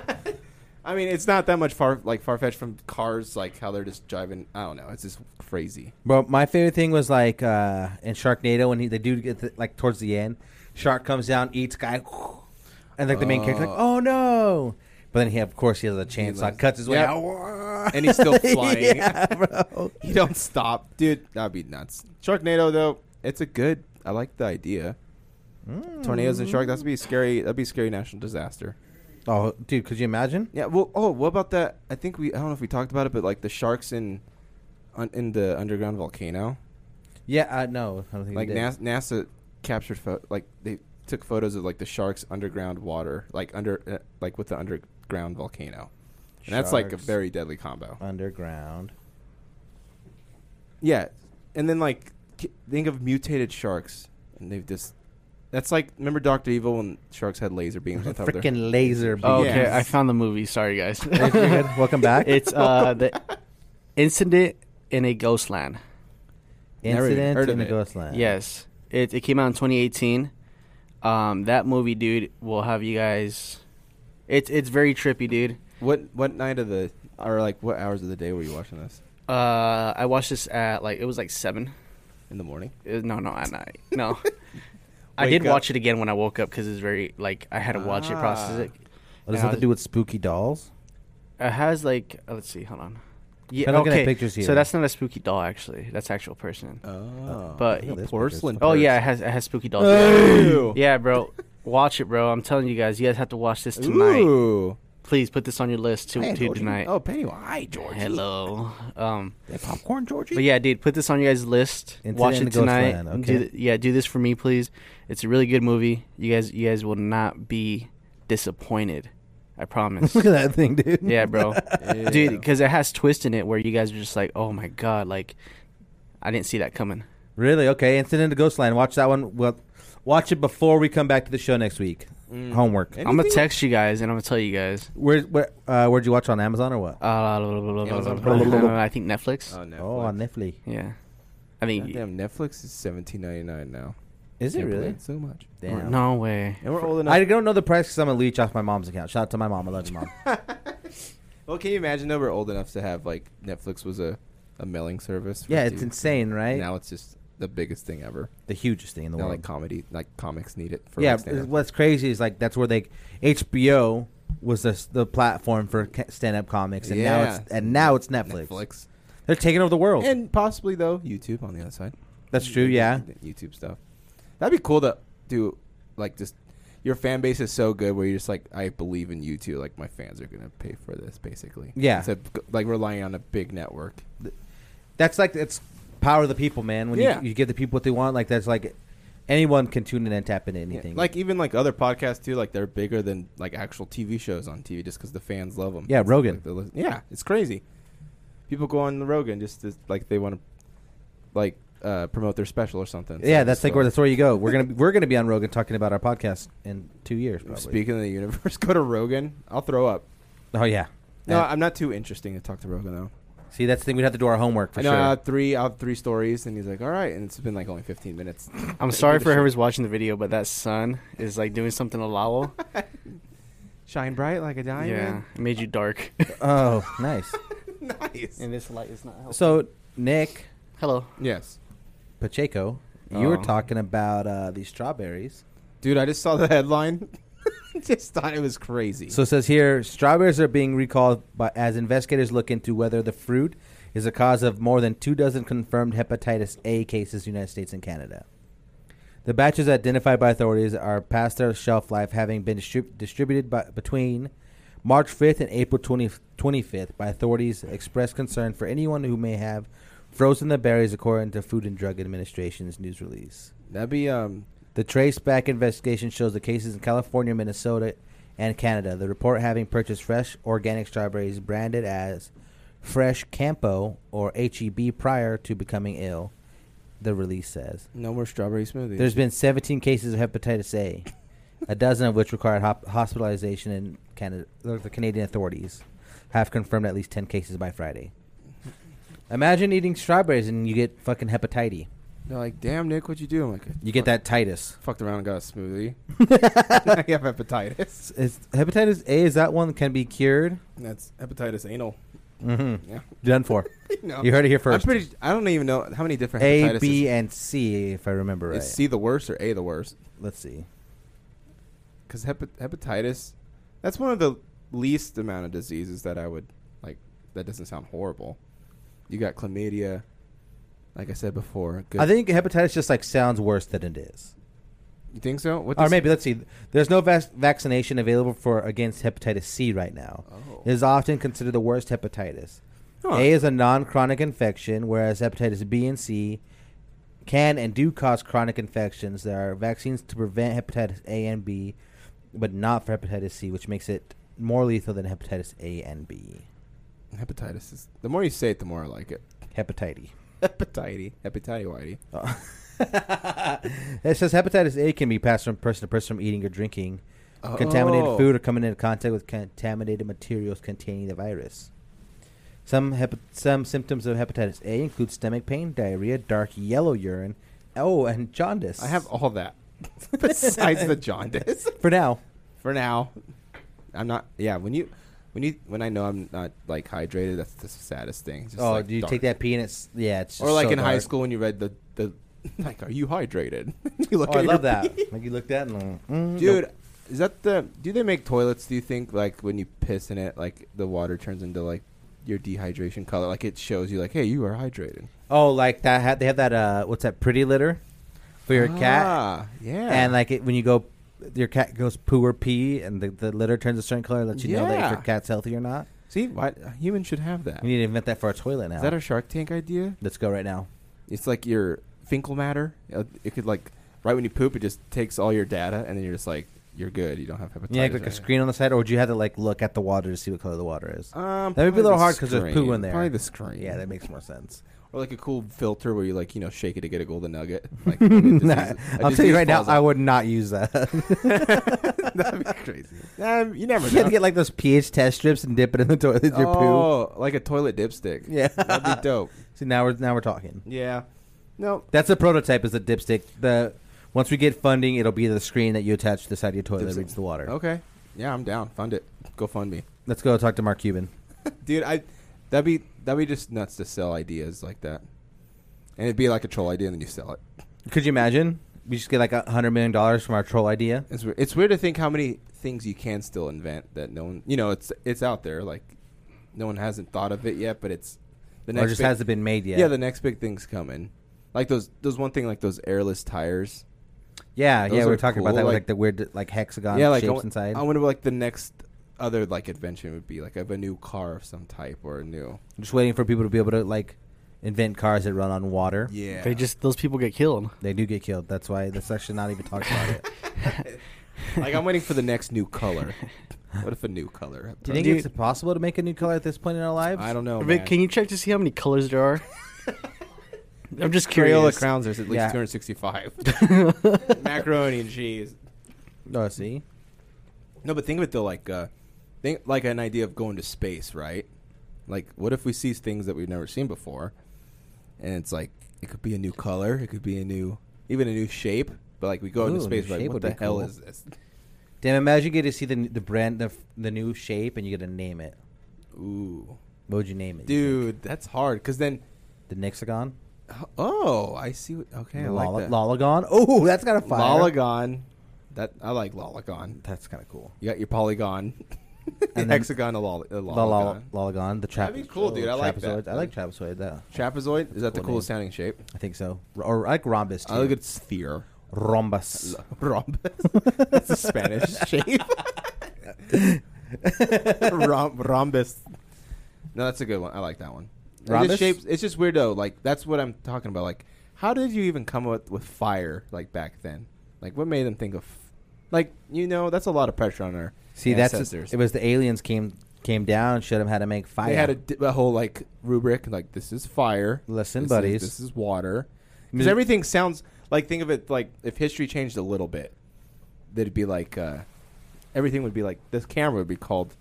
Speaker 2: I mean, it's not that much far like far fetched from cars like how they're just driving, I don't know, it's just crazy.
Speaker 3: Bro, my favorite thing was like uh, in Sharknado when he, the dude gets like towards the end, shark comes down, eats guy, and like the main character's like, oh no, but then he of course he has a chance, like
Speaker 2: lives-
Speaker 3: cuts his way
Speaker 2: Yep.
Speaker 3: out,
Speaker 2: And he's still flying.
Speaker 3: yeah, bro.
Speaker 2: You don't stop, dude. That'd be nuts. Sharknado though, it's a good. I like the idea.
Speaker 3: Mm.
Speaker 2: Tornadoes and shark. That'd be scary. That'd be a scary national disaster.
Speaker 3: Oh, dude, could you imagine?
Speaker 2: Yeah. Well. Oh, what about that? I think we. I don't know if we talked about it, but like the sharks in, un, in the underground volcano.
Speaker 3: Yeah, uh, no, I don't think
Speaker 2: Like
Speaker 3: he did.
Speaker 2: NASA, NASA captured pho- like they took photos of like the sharks underground water, like under uh, like with the underground volcano, and that's like a
Speaker 3: Sharks
Speaker 2: very deadly combo.
Speaker 3: underground.
Speaker 2: Yeah, and then like k- think of mutated sharks, and they've just that's like remember Doctor Evil when sharks had laser beams on top of their
Speaker 3: Freaking laser.
Speaker 1: Oh,
Speaker 3: beams.
Speaker 1: okay,
Speaker 2: Yes.
Speaker 1: I found the movie. Sorry, guys.
Speaker 3: You're good? Welcome back.
Speaker 1: it's uh, the incident in a ghost land.
Speaker 2: Never even
Speaker 3: Incident
Speaker 2: heard of
Speaker 3: in the
Speaker 2: it.
Speaker 3: Ghostland.
Speaker 1: Yes, it it came out in 2018. Um, that movie, dude, will have you guys. It's it's very trippy, dude.
Speaker 2: What what night of the or like what hours of the day were you watching this
Speaker 1: Uh, I watched this at like it was like seven.
Speaker 2: in the morning?
Speaker 1: Uh, No, no, at night. No, I
Speaker 2: Wake
Speaker 1: did
Speaker 2: up.
Speaker 1: watch it again when I woke up because it's very like I had to watch it, process it.
Speaker 3: Ah. What does that have to do with spooky dolls?
Speaker 1: It has like uh, let's see, hold on. Yeah,
Speaker 3: I'm looking at
Speaker 1: okay.
Speaker 3: pictures here. Uh,
Speaker 1: So that's not a spooky doll, actually. That's actual person.
Speaker 2: Oh,
Speaker 1: But-
Speaker 3: Look at this
Speaker 2: porcelain.
Speaker 1: Oh
Speaker 2: parts.
Speaker 1: yeah, it has it has spooky dolls.
Speaker 2: Ew.
Speaker 1: Yeah, bro. Watch it, bro. I'm telling you guys, you guys have to watch this tonight.
Speaker 2: Ooh.
Speaker 1: Please put this on your list to,
Speaker 2: Hey,
Speaker 1: to
Speaker 2: Georgie.
Speaker 1: tonight.
Speaker 2: Oh, Pennywise. Hi, Georgie.
Speaker 1: Hello. Um,
Speaker 2: Hey, popcorn, Georgie.
Speaker 1: but yeah, dude, put this on your guys' list.
Speaker 3: Incident
Speaker 1: Watch
Speaker 3: in
Speaker 1: it
Speaker 3: the Ghost
Speaker 1: tonight.
Speaker 3: Land,
Speaker 1: Do
Speaker 3: okay.
Speaker 1: th- yeah, do this for me, please. It's a really good movie. You guys, you guys will not be disappointed. I promise.
Speaker 3: Look at that thing, dude.
Speaker 1: yeah, bro,
Speaker 2: Ew.
Speaker 1: dude, because it has twist in it where you guys are just like, oh my god, like I didn't see that coming.
Speaker 3: Really? Okay. Incident in the Ghostland. Watch that one. Well, watch it before we come back to the show next week. Homework.
Speaker 2: And-
Speaker 1: I'm gonna
Speaker 2: Anything-
Speaker 1: text you guys and I'm gonna tell you guys.
Speaker 3: Where, where, uh, where'd you watch on Amazon or what?
Speaker 1: Uh,
Speaker 2: Amazon
Speaker 3: Prime.
Speaker 1: I think Netflix.
Speaker 2: Oh, Netflix.
Speaker 3: Oh, on Netflix.
Speaker 1: yeah, I think.
Speaker 2: Damn, Netflix is seventeen ninety nine now.
Speaker 3: Is it
Speaker 2: Can't believe
Speaker 3: really?
Speaker 2: it so much?
Speaker 3: Damn.
Speaker 1: No way.
Speaker 2: And we're old enough.
Speaker 3: I don't know the price because I'm a leech off my mom's account. Shout out to my mom. I love you, mom.
Speaker 2: well, can you imagine though? We're old enough to have like Netflix was a, a mailing service. for
Speaker 3: yeah, it's
Speaker 2: dudes.
Speaker 3: insane, right?
Speaker 2: Now it's just the biggest thing ever.
Speaker 3: The hugest thing in the
Speaker 2: Now,
Speaker 3: world.
Speaker 2: like comedy, like comics need it. For
Speaker 3: yeah,
Speaker 2: like, stand-up.
Speaker 3: what's crazy is like that's where they HBO was the the platform for stand up comics, and now
Speaker 2: Yeah.
Speaker 3: it's and now it's Netflix.
Speaker 2: Netflix,
Speaker 3: They're taking over the world.
Speaker 2: and possibly though YouTube on the other side.
Speaker 3: that's true. Yeah,
Speaker 2: YouTube stuff. That'd be cool to do. Like just your fan base is so good where you're just like, I believe in you too. Like my fans are gonna pay for this, basically.
Speaker 3: Yeah.
Speaker 2: Instead of, like relying on a big network.
Speaker 3: that's like it's power of the people, man. When
Speaker 2: Yeah.
Speaker 3: you, you give the people what they want, like that's like anyone can tune in and tap into
Speaker 2: Yeah.
Speaker 3: anything.
Speaker 2: Like even like other podcasts too. Like they're bigger than like actual TV shows on TV just because the fans love them.
Speaker 3: Yeah, Rogan.
Speaker 2: yeah, it's crazy. People go on the Rogan just to, like they want to like uh, promote their special or something. So
Speaker 3: yeah,
Speaker 2: just
Speaker 3: that's like
Speaker 2: go-
Speaker 3: where that's where you go. We're gonna be, we're gonna be on Rogan talking about our podcast in two years. Probably.
Speaker 2: Speaking of the universe, go to Rogan. I'll throw up.
Speaker 3: Oh yeah.
Speaker 2: No,
Speaker 3: Yeah.
Speaker 2: I'm not too interesting to talk to Rogan though.
Speaker 3: See, that's the thing. We'd have to do our homework for
Speaker 2: I know
Speaker 3: sure.
Speaker 2: I have three. I have three stories, and he's like, "All right," and it's been like only 15 minutes.
Speaker 1: I'm sorry for whoever's watching the video, but that sun is like doing something to Lalo.
Speaker 2: Shine bright like a
Speaker 1: yeah,
Speaker 2: diamond.
Speaker 1: it made you dark.
Speaker 2: uh,
Speaker 3: oh, nice.
Speaker 2: nice.
Speaker 1: and this light is not helping.
Speaker 3: So Nick
Speaker 1: Hello.
Speaker 2: Yes,
Speaker 3: Pacheco, you were
Speaker 1: Oh.
Speaker 3: talking about uh, these strawberries.
Speaker 2: dude. I just saw the headline. just thought it was crazy.
Speaker 3: So it says here, strawberries are being recalled by, as investigators look into whether the fruit is a cause of more than two dozen confirmed hepatitis A cases in the United States and Canada. The batches identified by authorities are past their shelf life, having been distrib- distributed by, between March 5th and April 20, 25th by authorities expressed concern for anyone who may have frozen the berries, according to Food and Drug Administration's news release.
Speaker 2: That'd be um.
Speaker 3: The trace back investigation shows the cases in California, Minnesota, and Canada. The report having purchased fresh organic strawberries branded as Fresh Campo or HEB prior to becoming ill, the release says.
Speaker 2: No more strawberry smoothies.
Speaker 3: There's been 17 cases of hepatitis A, a dozen of which required hop- hospitalization in Canada. The Canadian authorities have confirmed at least 10 cases by Friday. Imagine eating strawberries and you get fucking hepatitis.
Speaker 2: They're like, damn, Nick, what you do? I'm like,
Speaker 3: You get that titus.
Speaker 2: Fucked around and got a smoothie. I have hepatitis.
Speaker 3: Is hepatitis A is that one can be cured?
Speaker 2: That's hepatitis anal.
Speaker 3: Mm-hmm.
Speaker 2: Yeah.
Speaker 3: Done for.
Speaker 2: No.
Speaker 3: You heard it here first.
Speaker 2: I'm pretty. I don't even know how many different
Speaker 3: A,
Speaker 2: hepatitis
Speaker 3: B,
Speaker 2: is,
Speaker 3: and C, if I remember right.
Speaker 2: is C the worst or A the worst?
Speaker 3: Let's see.
Speaker 2: Because hepatitis, that's one of the least amount of diseases that I would like. That doesn't sound horrible. You got chlamydia, like I said before. Good.
Speaker 3: I think hepatitis just like sounds worse than it is.
Speaker 2: you think so. What
Speaker 3: Or
Speaker 2: does-
Speaker 3: maybe let's see. There's no vac- vaccination available for against hepatitis C right now.
Speaker 2: Oh.
Speaker 3: It is often considered the worst hepatitis.
Speaker 2: Huh.
Speaker 3: A is a non-chronic infection, whereas hepatitis B and C can and do cause chronic infections. There are vaccines to prevent hepatitis A and B, but not for hepatitis C, which makes it more lethal than hepatitis A and B.
Speaker 2: hepatitis is. The more you say it, the more I like it.
Speaker 3: Hepatitis.
Speaker 2: Hepatitis. Hepatitis. whitey.
Speaker 3: Oh. it says hepatitis A can be passed from person to person from eating or drinking contaminated
Speaker 2: Oh.
Speaker 3: food or coming into contact with contaminated materials containing the virus. Some hep- some symptoms of hepatitis A include stomach pain, diarrhea, dark yellow urine, oh, and jaundice.
Speaker 2: I have all that besides the jaundice.
Speaker 3: for now.
Speaker 2: for now. I'm not. Yeah, when you, when you, when I know I'm not like hydrated, that's the saddest thing. It's just,
Speaker 3: oh,
Speaker 2: like,
Speaker 3: do you
Speaker 2: dark.
Speaker 3: take that pee and it's yeah, it's just
Speaker 2: Or like
Speaker 3: so
Speaker 2: in high
Speaker 3: dark.
Speaker 2: school when you read the the, like, are you hydrated? you
Speaker 3: Oh, I
Speaker 2: your
Speaker 3: love that.
Speaker 2: pee.
Speaker 3: Like you looked at and mm,
Speaker 2: dude.
Speaker 3: nope.
Speaker 2: Is that the? Do they make toilets? Do you think like when you piss in it, like the water turns into like your dehydration color? Like it shows you like, hey, you are hydrated
Speaker 3: Oh, like that. ha- They have that. Uh, what's that? Pretty litter for your cat.
Speaker 2: Ah, yeah,
Speaker 3: And like it, when you go, your cat goes poo or pee, and the, the litter turns a certain color, lets you know that if
Speaker 2: Yeah.
Speaker 3: your cat's healthy or not.
Speaker 2: see, why humans should have that.
Speaker 3: We need to invent that for our toilet now.
Speaker 2: Is that a Shark Tank idea?
Speaker 3: Let's go right now.
Speaker 2: It's like your Finkel matter. Uh, It could like right when you poop, it just takes all your data, and then you're just like you're good. You don't have hepatitis.
Speaker 3: Yeah, like, like a
Speaker 2: right?
Speaker 3: screen on the side, or would you have to like look at the water to see what color the water is?
Speaker 2: Um,
Speaker 3: That would be a
Speaker 2: probably
Speaker 3: little
Speaker 2: the
Speaker 3: hard 'cause there's poo
Speaker 2: screen.
Speaker 3: in there.
Speaker 2: Probably the screen.
Speaker 3: yeah, that makes more sense.
Speaker 2: or like a cool filter where you like you know shake it to get a golden nugget. Like, when
Speaker 3: Nah,
Speaker 2: a disease- a
Speaker 3: I'll tell
Speaker 2: disease
Speaker 3: you right now,
Speaker 2: falls
Speaker 3: I
Speaker 2: off.
Speaker 3: would not use that.
Speaker 2: That'd be crazy. Um, you never
Speaker 3: you have
Speaker 2: know.
Speaker 3: to get like those pH test strips and dip it in the toilet with your poo.
Speaker 2: oh, like a toilet dipstick.
Speaker 3: Yeah.
Speaker 2: that'd be dope.
Speaker 3: See, now we're now we're talking.
Speaker 2: Yeah. No,
Speaker 3: That's the prototype. Is the dipstick. The once we get funding, it'll be the screen that you attach to the side of your toilet that
Speaker 2: Dipstick.
Speaker 3: reads the water.
Speaker 2: Okay. Yeah, I'm down. Fund it. Go fund me.
Speaker 3: Let's go talk to Mark Cuban.
Speaker 2: dude. I that'd be that'd be just nuts to sell ideas like that, and it'd be like a troll idea, and then you sell it.
Speaker 3: Could you imagine? We just get like a hundred million dollars from our troll idea.
Speaker 2: It's weird. it's weird to think how many things you can still invent that no one you know it's it's out there like no one hasn't thought of it yet, but it's the next
Speaker 3: or just
Speaker 2: big-
Speaker 3: hasn't been made yet.
Speaker 2: yeah. the next big thing's coming. Like those those one thing like those airless tires.
Speaker 3: yeah,
Speaker 2: Those
Speaker 3: yeah. We were
Speaker 2: are
Speaker 3: talking
Speaker 2: cool,
Speaker 3: about that with
Speaker 2: like-
Speaker 3: like the weird like hexagon
Speaker 2: yeah, like I,
Speaker 3: shapes
Speaker 2: wa-
Speaker 3: inside.
Speaker 2: I wonder what, like the next other like invention would be like of a new car of some type or a new
Speaker 3: just waiting for people to be able to like invent cars that run on water.
Speaker 2: yeah.
Speaker 1: They just those people get killed.
Speaker 3: They do get killed. That's why that's actually not even talked about it.
Speaker 2: like I'm waiting for the next new color. what if a new color?
Speaker 3: Do you think
Speaker 1: Dude.
Speaker 3: it's possible to make a new color at this point in our lives?
Speaker 2: I don't know.
Speaker 1: Vic,
Speaker 2: man.
Speaker 1: can you check to see how many colors there are? I'm just
Speaker 2: Crayola
Speaker 1: curious.
Speaker 2: crowns there's at least
Speaker 3: Yeah.
Speaker 2: 265. Macaroni and cheese.
Speaker 3: Oh, see,
Speaker 2: No, but think of it though, like uh, think like an idea of going to space, right? Like, what if we see things that we've never seen before, and it's like it could be a new color, it could be a new, even a new shape. But like we go
Speaker 3: Ooh,
Speaker 2: into
Speaker 3: a
Speaker 2: space,
Speaker 3: new
Speaker 2: we're
Speaker 3: shape
Speaker 2: like what
Speaker 3: would
Speaker 2: the
Speaker 3: be
Speaker 2: hell
Speaker 3: cool.
Speaker 2: is this?
Speaker 3: damn! Imagine getting to see the the brand the the new shape and you get to name it.
Speaker 2: Ooh,
Speaker 3: What would you name it? you think?
Speaker 2: dude, that's hard. Cause then,
Speaker 3: the Nixagon,
Speaker 2: oh, I see. What, okay, I
Speaker 3: the
Speaker 2: like
Speaker 3: Lala-
Speaker 2: that.
Speaker 3: Lolagon. Oh, that's kind of fire.
Speaker 2: Lolagon. That I like Lolagon.
Speaker 3: That's kind of cool.
Speaker 2: You got your polygon,
Speaker 3: And then-
Speaker 2: hexagon, a lol- a
Speaker 3: The
Speaker 2: Lolagon.
Speaker 3: Lol- Lolagon, the trap.
Speaker 2: That'd be cool, dude. I like that.
Speaker 3: trapezoid. I like trapezoid. That
Speaker 2: Trapezoid is that the
Speaker 3: Cool
Speaker 2: coolest
Speaker 3: name.
Speaker 2: sounding shape?
Speaker 3: I think so. R- Or I like rhombus. Too.
Speaker 2: I look at sphere.
Speaker 3: rhombus.
Speaker 2: L- Rhombus. That's a Spanish shape. Rhom- rhombus. No, that's a good one. I like that one. It's
Speaker 3: Rhombus?
Speaker 2: just shapes. It's just weird though. Like that's what I'm talking about. Like How did you even come up with fire like back then? Like what made them think of like you know that's a lot of pressure on our
Speaker 3: See, that's
Speaker 2: ancestors.
Speaker 3: it. Was the aliens came came down, showed them how to make fire.
Speaker 2: They had a, di- a whole like rubric like this is fire.
Speaker 3: Listen,
Speaker 2: this
Speaker 3: buddies.
Speaker 2: Is, this is water. Because
Speaker 3: Mu-
Speaker 2: everything sounds like think of it like if history changed a little bit, that'd be like uh, everything would be like this camera would be called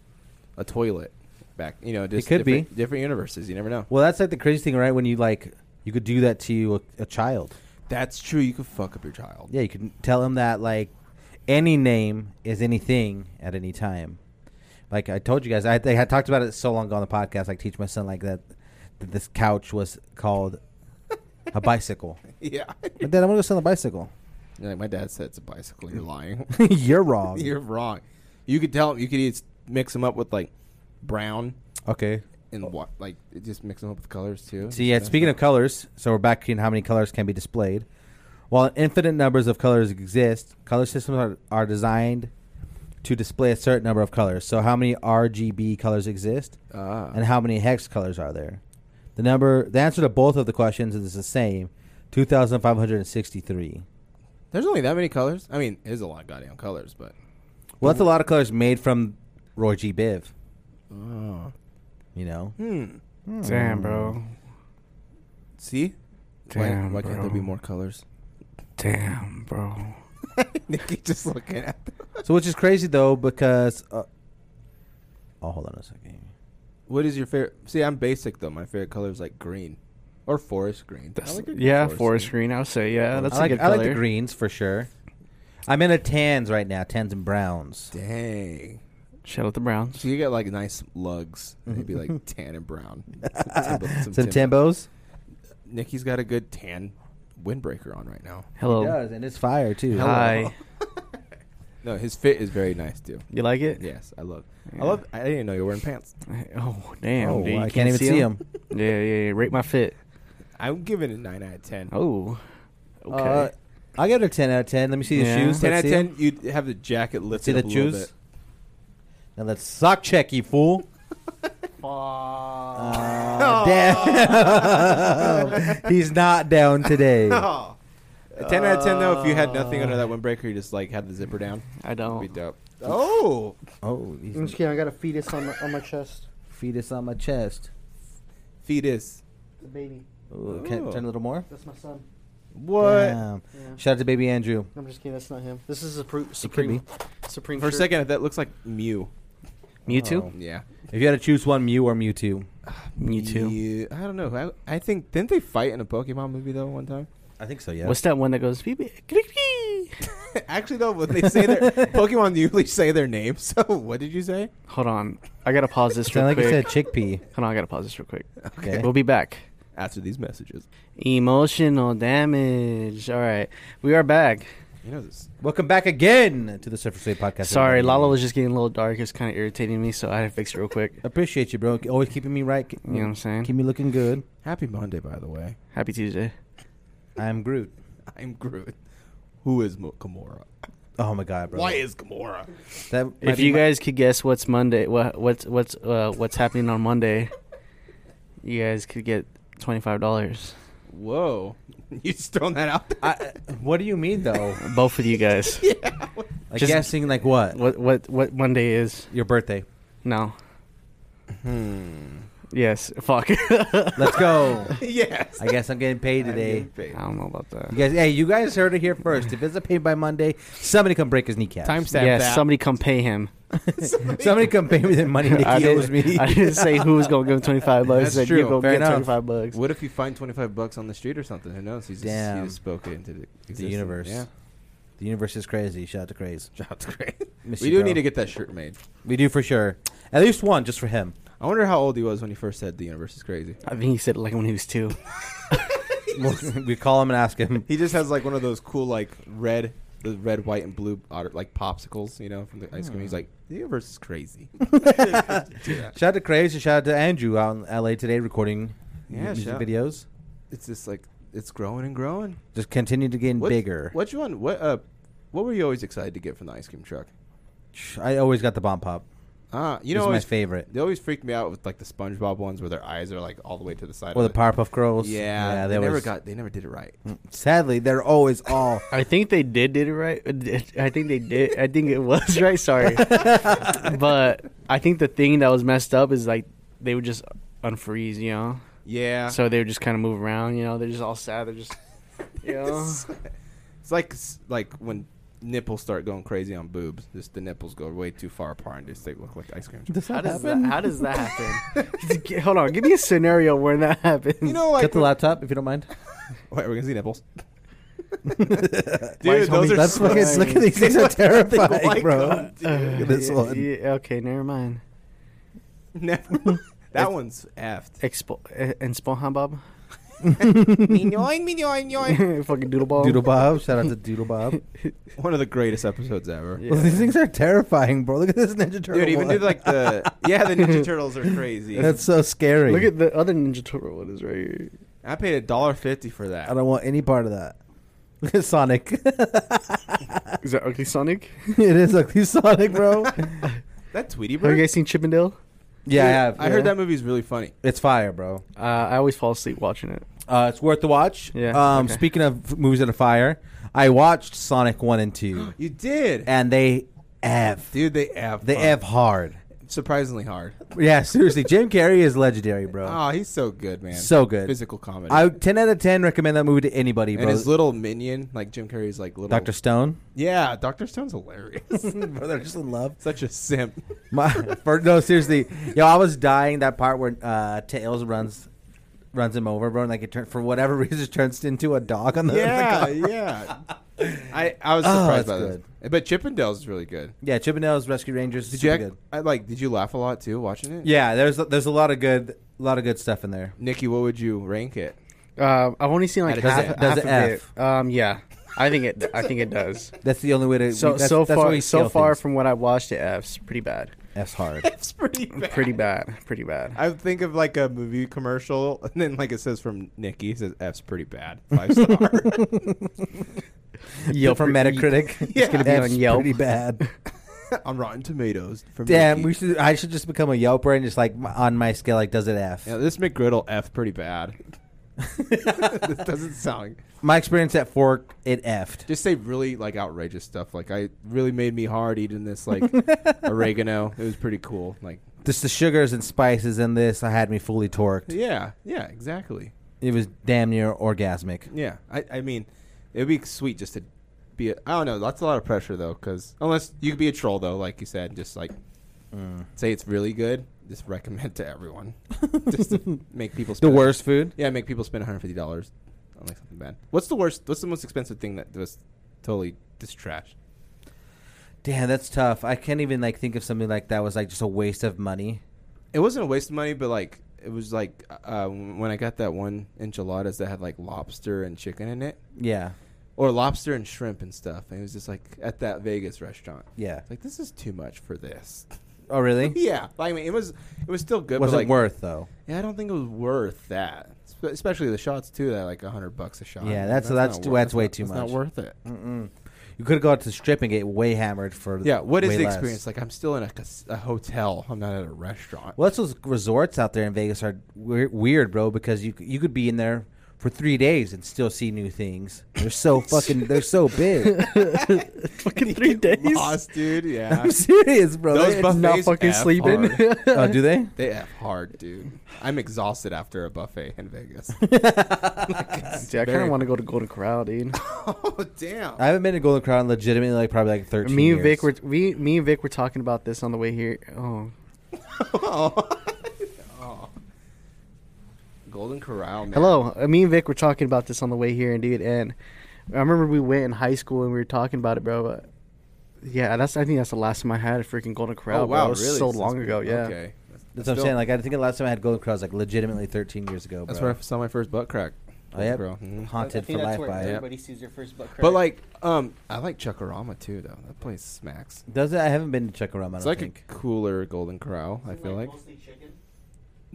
Speaker 2: a toilet. Back, you know, just
Speaker 3: could be.
Speaker 2: different, different universes. You never know.
Speaker 3: well, that's like the crazy thing, right? When you like, you could do that to a, a child.
Speaker 2: That's true. You could fuck up your child.
Speaker 3: Yeah, you can tell him that like any name is anything at any time. Like I told you guys, I, I had talked about it so long ago on the podcast. Like teach my son like that, that this couch was called a bicycle.
Speaker 2: Yeah.
Speaker 3: But then I'm gonna go sell a bicycle.
Speaker 2: You're like, my dad said it's a bicycle. You're lying.
Speaker 3: You're wrong.
Speaker 2: You're wrong. You could tell. You could eat, mix them up with like brown
Speaker 3: okay.
Speaker 2: and what, like it just mix them up with colors too.
Speaker 3: So Oh. yeah, speaking of colors, so we're back in how many colors can be displayed. While infinite numbers of colors exist, color systems are, are designed to display a certain number of colors. So how many RGB colors exist?
Speaker 2: Ah.
Speaker 3: and how many hex colors are there? The number, the answer to both of the questions is the same, two thousand five hundred and sixty-three.
Speaker 2: There's only that many colors. I mean, there's a lot of goddamn colors, but
Speaker 3: Well, that's a lot of colors made from Roy G. Biv.
Speaker 2: oh,
Speaker 3: You know,
Speaker 2: hmm.
Speaker 1: Damn,
Speaker 3: Hmm.
Speaker 1: bro.
Speaker 2: See,
Speaker 1: Damn,
Speaker 2: why, why can't
Speaker 1: bro.
Speaker 2: there be more colors?
Speaker 1: Damn, bro.
Speaker 2: Nikki just looking at them.
Speaker 3: so which is crazy though because. Uh, oh, hold on a second.
Speaker 2: What is your favorite? See, I'm basic though. My favorite color is like green or forest green. I
Speaker 1: That's,
Speaker 2: like a
Speaker 1: yeah, forest green. I would say yeah, that's
Speaker 3: I like,
Speaker 1: a good
Speaker 3: I
Speaker 1: color.
Speaker 3: like the greens for sure. I'm in a tans right now, tans and browns.
Speaker 2: Dang.
Speaker 1: Shout out the Browns.
Speaker 2: So you get like nice lugs. and They'd be like tan and brown. Some Timbo- some
Speaker 3: Some
Speaker 2: Timbo.
Speaker 3: Timbos.
Speaker 2: Nikki's got a good tan windbreaker on right now.
Speaker 1: Hello.
Speaker 3: It does, and it's fire too.
Speaker 2: Hello.
Speaker 1: Oh. Hi.
Speaker 2: No, his fit is very nice too.
Speaker 1: You like it?
Speaker 2: Yes, I love.
Speaker 1: Yeah.
Speaker 2: I love. I didn't even know you were wearing pants.
Speaker 1: Oh damn!
Speaker 3: Oh,
Speaker 1: dude, you
Speaker 3: I can't even see
Speaker 1: 'em? yeah, yeah, yeah. Rate my fit.
Speaker 2: I'm giving it a nine out of ten.
Speaker 1: Oh. Okay.
Speaker 3: Uh, I give it a ten out of ten. Let me see the
Speaker 1: Yeah.
Speaker 3: shoes.
Speaker 2: ten
Speaker 3: Let's
Speaker 2: out of
Speaker 3: see 'em.
Speaker 2: ten. You'd have the jacket lifted
Speaker 3: See the
Speaker 2: up a little
Speaker 3: shoes?
Speaker 2: bit.
Speaker 3: Now let's sock check, you fool. Aw, damn. He's not down today.
Speaker 2: A ten out of ten though. If you had nothing under that windbreaker, you just like had the zipper down.
Speaker 1: I
Speaker 2: That'd be
Speaker 1: don't.
Speaker 2: dope. Oh,
Speaker 3: Oh, he's
Speaker 1: kidding. I got a fetus on my, on my chest.
Speaker 3: fetus on my chest.
Speaker 2: fetus.
Speaker 1: The baby.
Speaker 3: Ooh, can
Speaker 2: Ooh.
Speaker 3: I turn a little more?
Speaker 1: That's my son.
Speaker 2: What?
Speaker 3: Damn.
Speaker 1: Yeah.
Speaker 3: Shout out to baby Andrew.
Speaker 1: I'm just kidding. That's not him. This is a pr-
Speaker 3: Supreme-
Speaker 1: Supreme.
Speaker 2: For a second, that looks like Mew.
Speaker 3: oh,
Speaker 1: Mewtwo.
Speaker 2: Yeah,
Speaker 3: If you had to choose one, Mew or Mewtwo?
Speaker 1: Mewtwo.
Speaker 2: Mew- I don't know. I, I think didn't they fight in a Pokemon movie though one time?
Speaker 3: I think so, yeah.
Speaker 1: What's that one that goes? "Beep, beep, click, beep"?
Speaker 2: Actually though, when they say their Pokemon usually say their name. So what did you say?
Speaker 1: Hold on. I gotta pause this real
Speaker 3: Sound like
Speaker 1: quick.
Speaker 3: you said chickpea.
Speaker 1: Hold on. I gotta pause this real quick.
Speaker 3: Okay.
Speaker 1: We'll be back.
Speaker 2: After these messages,
Speaker 1: Emotional damage. All right, we are back.
Speaker 2: you know this.
Speaker 3: Welcome back again to the Surface Wave Podcast.
Speaker 1: Sorry,
Speaker 3: everybody.
Speaker 1: Lala was just getting a little dark. It's kind of irritating me, so I had to fix it real quick.
Speaker 3: Appreciate you, bro. Always keeping me right. You
Speaker 1: You know what I'm saying?
Speaker 3: Keep me looking good.
Speaker 2: Happy Monday, by the way.
Speaker 1: Happy Tuesday.
Speaker 3: I'm Groot.
Speaker 2: I'm Groot. Who is Mo- Gamora?
Speaker 3: Oh my god, bro.
Speaker 2: Why is Gamora?
Speaker 3: that might
Speaker 1: If
Speaker 3: be
Speaker 1: you
Speaker 3: my-
Speaker 1: guys could guess what's Monday, what what's what's uh, what's happening on Monday, you guys could get twenty five dollars.
Speaker 2: Whoa. You just throwing that out there?
Speaker 3: I, uh, what do you mean though?
Speaker 1: Both of you guys.
Speaker 3: Like
Speaker 1: Just-
Speaker 3: guessing like what?
Speaker 1: What what what Monday is?
Speaker 3: Your birthday.
Speaker 1: No.
Speaker 3: Hmm.
Speaker 1: Yes. Fuck. I
Speaker 3: Let's go.
Speaker 2: yes.
Speaker 3: I guess I'm getting paid today.
Speaker 1: don't know about that.
Speaker 3: You guys, hey, you guys heard it here first. If it's a paid by Monday, somebody come break his kneecap.
Speaker 2: Timestamp
Speaker 1: Yes.
Speaker 2: that.
Speaker 1: Somebody come pay him.
Speaker 3: Somebody come pay me the money
Speaker 1: I,
Speaker 3: Nikki
Speaker 1: didn't,
Speaker 3: owes me.
Speaker 1: I didn't say who was gonna give him twenty five bucks. I
Speaker 2: That's
Speaker 1: said
Speaker 2: true.
Speaker 1: you go
Speaker 2: Fair
Speaker 1: get
Speaker 3: enough.
Speaker 1: twenty five bucks.
Speaker 2: What if you find 25 bucks on the street or something? Who knows? He's just, he
Speaker 3: Damn.
Speaker 2: just spoke it into the, existence.
Speaker 3: the universe.
Speaker 2: Yeah.
Speaker 3: The universe is crazy. Shout out to Craze.
Speaker 2: That's great.
Speaker 3: Miss
Speaker 2: we
Speaker 3: you,
Speaker 2: do
Speaker 3: bro.
Speaker 2: need to get that shirt made.
Speaker 3: We do for sure. At least one just for him.
Speaker 2: I wonder how old he was when he first said the universe is crazy.
Speaker 1: I think he said it like when he was two.
Speaker 3: We'll- we call him and ask him.
Speaker 2: He just has like one of those cool like red, the red, white, and blue otter, like popsicles, you know, from the
Speaker 3: Hmm.
Speaker 2: ice cream. He's like, the universe is crazy.
Speaker 3: Shout out to Craze and shout out to Andrew out in LA today recording
Speaker 2: Yeah,
Speaker 3: mu- music
Speaker 2: shout-
Speaker 3: videos.
Speaker 2: It's just like it's growing and growing.
Speaker 3: Just continue to get
Speaker 2: What,
Speaker 3: bigger.
Speaker 2: What you want? What uh, what were you always excited to get from the ice cream truck?
Speaker 3: I always got the bomb pop.
Speaker 2: Ah,
Speaker 3: This
Speaker 2: you know,
Speaker 3: is my
Speaker 2: always-
Speaker 3: favorite.
Speaker 2: They always freaked me out with like the SpongeBob ones where their eyes are like all the way to the side.
Speaker 3: Well,
Speaker 2: of
Speaker 3: the Powerpuff Girls.
Speaker 2: it. Yeah,
Speaker 3: yeah,
Speaker 2: they
Speaker 3: there
Speaker 2: never
Speaker 3: was-
Speaker 2: got. They never did it right.
Speaker 3: Sadly, they're always all.
Speaker 1: I think they did did it right. I think they did. I think it was right. Sorry, but I think the thing that was messed up is like they would just unfreeze, you know.
Speaker 2: Yeah,
Speaker 1: So they would just kind of move around, you know. They're just all sad. They're just, you know.
Speaker 2: it's like s- like when nipples start going crazy on boobs. Just the nipples go way too far apart and just they look like ice cream. trucks.
Speaker 1: How does that? How does that happen? G- Hold on, give me a scenario where that happens.
Speaker 2: You know, like
Speaker 3: Cut the
Speaker 2: when-
Speaker 3: laptop if you don't mind.
Speaker 2: Wait, we're gonna see nipples.
Speaker 1: Why is
Speaker 2: Dude, those
Speaker 1: homie-
Speaker 2: are
Speaker 1: That's
Speaker 3: Let's
Speaker 2: so
Speaker 3: look at look at these
Speaker 2: They
Speaker 3: things are
Speaker 2: look- they
Speaker 3: terrifying,
Speaker 2: like
Speaker 3: bro.
Speaker 2: them, dude.
Speaker 1: Uh,
Speaker 3: at this
Speaker 1: yeah,
Speaker 3: one.
Speaker 1: yeah, okay, never mind.
Speaker 2: Never. that one's effed.
Speaker 1: Expo uh, and SpongeBob,
Speaker 2: One
Speaker 1: fucking doodle ball.
Speaker 3: Doodle Bob, shout out to Doodle Bob.
Speaker 2: of the greatest episodes ever.
Speaker 1: Yeah.
Speaker 3: Well, these things are terrifying, bro. Look at this Ninja Turtle.
Speaker 2: Dude, even
Speaker 3: one.
Speaker 2: do like the yeah, the Ninja Turtles are crazy.
Speaker 3: That's so scary.
Speaker 1: Look at the other Ninja Turtle one is right here.
Speaker 2: I paid a dollar fifty for that.
Speaker 3: I don't want any part of that. Look at Sonic.
Speaker 1: Is that Ugly Sonic?
Speaker 3: it is ugly Sonic, bro.
Speaker 2: That Tweety
Speaker 1: Have
Speaker 2: Bird.
Speaker 1: you guys seen Chippendale?
Speaker 3: yeah, I have.
Speaker 2: I heard
Speaker 3: yeah.
Speaker 2: that movie's really funny.
Speaker 3: It's fire, bro.
Speaker 1: Uh, I always fall asleep watching it.
Speaker 3: Uh, it's worth the watch.
Speaker 1: Yeah,
Speaker 3: Um,
Speaker 1: okay.
Speaker 3: Speaking of f- movies that are fire, I watched Sonic One and Two,
Speaker 2: You did,
Speaker 3: and they f
Speaker 2: dude. They f
Speaker 3: they
Speaker 2: fun.
Speaker 3: f hard.
Speaker 2: surprisingly hard.
Speaker 3: Yeah, seriously, Jim Carrey is legendary, bro.
Speaker 2: Oh, he's so good, man.
Speaker 3: So good.
Speaker 2: Physical comedy.
Speaker 3: I ten out of ten recommend that movie to anybody,
Speaker 2: and
Speaker 3: bro.
Speaker 2: his little minion, like Jim Carrey's, like little
Speaker 3: Doctor Stone,
Speaker 2: Yeah, Doctor Stone's hilarious.
Speaker 3: bro, they're just in love.
Speaker 2: Such a simp.
Speaker 3: My, for, no, seriously, yo, I was dying that part where uh, Tails runs runs him over, bro, and like it turns for whatever reason it turns into a dog on the the
Speaker 2: yeah,
Speaker 3: car.
Speaker 2: yeah. I I was
Speaker 3: Oh,
Speaker 2: surprised
Speaker 3: that's
Speaker 2: by this, but Chippendales is really good.
Speaker 3: yeah. Chippendales Rescue Rangers,
Speaker 2: Did you
Speaker 3: super
Speaker 2: act,
Speaker 3: good.
Speaker 2: I like? Did you laugh a lot too watching it?
Speaker 3: Yeah, there's there's a lot of good a lot of good stuff in there.
Speaker 2: Nikki, what would you rank it?
Speaker 1: Uh, I've only seen like
Speaker 2: Does
Speaker 1: half,
Speaker 2: it-
Speaker 1: half
Speaker 3: does it
Speaker 1: of
Speaker 3: F?
Speaker 1: it. Um, yeah, I think it. I think it does.
Speaker 3: That's the only way to.
Speaker 1: So
Speaker 3: that's,
Speaker 1: so
Speaker 3: that's why
Speaker 1: far
Speaker 3: we
Speaker 1: so
Speaker 3: scale
Speaker 1: far
Speaker 3: things.
Speaker 1: from what I watched, it F's pretty bad.
Speaker 3: F's hard.
Speaker 2: It's pretty bad.
Speaker 1: Pretty bad. Pretty bad.
Speaker 2: I think of like a movie commercial, and then like it says from Nikki, it says F's pretty bad, five star.
Speaker 1: Yelp
Speaker 3: from Metacritic,
Speaker 2: Yeah.
Speaker 3: it's gonna be
Speaker 1: F's
Speaker 3: on Yelp.
Speaker 1: pretty
Speaker 3: Pretty bad.
Speaker 2: on Rotten Tomatoes. From
Speaker 3: Damn,
Speaker 2: Nikki.
Speaker 3: we should. I should just become a Yelper and just like m- on my scale, like does it F?
Speaker 2: Yeah, this McGriddle F pretty bad. this doesn't sound.
Speaker 3: My experience at Fork, it effed.
Speaker 2: Just say really like outrageous stuff. Like I really made me hard eating this like oregano. It was pretty cool. Like
Speaker 3: Just the sugars and spices in this, I had me fully torqued.
Speaker 2: yeah, yeah, exactly.
Speaker 3: It was damn near orgasmic.
Speaker 2: Yeah, I, I mean, it would be sweet just to be. A, I don't know. That's a lot of pressure though, because unless you could be a troll though, like you said, just like
Speaker 3: Mm.
Speaker 2: say it's really good. Just recommend to everyone, just to make people
Speaker 3: The
Speaker 2: spend,
Speaker 3: worst food.
Speaker 2: Yeah, make people spend 150 dollars on like something bad. What's the worst? What's the most expensive thing that was totally just trash?
Speaker 3: Damn, that's tough. I can't even like think of something like that was like just a waste of money.
Speaker 2: It wasn't a waste of money, but like it was like uh, when I got that one enchiladas that had like lobster and chicken in it,
Speaker 3: Yeah,
Speaker 2: or lobster and shrimp and stuff. And it was just like at that Vegas restaurant.
Speaker 3: yeah.
Speaker 2: Like this is too much for this.
Speaker 3: Oh, really?
Speaker 2: yeah, like, I mean, it was it was still good.
Speaker 3: Wasn't
Speaker 2: but, like,
Speaker 3: worth though.
Speaker 2: Yeah, I don't think it was worth that. Spe- Especially the shots too. That like hundred bucks a shot.
Speaker 3: Yeah, that's- that's-
Speaker 2: not wor-
Speaker 3: that's way
Speaker 2: not-
Speaker 3: too
Speaker 2: Not
Speaker 3: much.
Speaker 2: worth it.
Speaker 3: Mm-mm. You could have gone to the strip and get way hammered for.
Speaker 2: Yeah, what is
Speaker 3: way
Speaker 2: the
Speaker 3: less.
Speaker 2: experience like? I'm still in a, cas- a hotel. I'm not at a restaurant.
Speaker 3: Well, that's those resorts out there in Vegas are weir- weird, bro. Because you c- you could be in there for three days and still see new things. They're so fucking. They're so big.
Speaker 1: fucking three days.
Speaker 2: Lost, dude. Yeah,
Speaker 3: I'm serious, bro.
Speaker 2: Those
Speaker 3: They-
Speaker 2: buff-
Speaker 1: Not
Speaker 2: Face
Speaker 1: fucking
Speaker 2: F
Speaker 1: sleeping.
Speaker 2: hard.
Speaker 3: oh, do they?
Speaker 2: they have hard, dude. I'm exhausted after a buffet in Vegas.
Speaker 1: Dude, I kind of want to go to Golden Corral, dude.
Speaker 2: Oh damn.
Speaker 3: I haven't been to Golden Crown in legitimately like probably like thirteen.
Speaker 1: me and
Speaker 3: years.
Speaker 1: Vic were we me and Vic were talking about this on the way here. Oh,
Speaker 2: Oh. Golden Corral. Man.
Speaker 1: hello. Uh, Me and Vic were talking about this on the way here, and dude, and I remember we went in high school and we were talking about it, bro. But yeah, that's I think that's the last time I had a freaking Golden Corral.
Speaker 2: Oh
Speaker 1: bro.
Speaker 2: wow,
Speaker 1: It was
Speaker 2: really?
Speaker 1: So
Speaker 2: Since-
Speaker 1: long ago, yeah.
Speaker 2: Okay.
Speaker 3: That's what I'm
Speaker 2: Still-
Speaker 3: saying. Like I think the last time I had Golden Crown was like legitimately thirteen years ago. Bro.
Speaker 2: That's where I saw my first butt crack.
Speaker 3: Oh, yeah.
Speaker 2: Bro. Mhm.
Speaker 3: haunted for life by it.
Speaker 4: Everybody sees their first butt.
Speaker 2: But like, um, I like Chuckarama too, though. That place smacks.
Speaker 3: Does it? E. I haven't been to Chuckarama. I
Speaker 2: It's
Speaker 3: don't
Speaker 2: like
Speaker 3: think.
Speaker 2: a cooler Golden Corral. I feel like.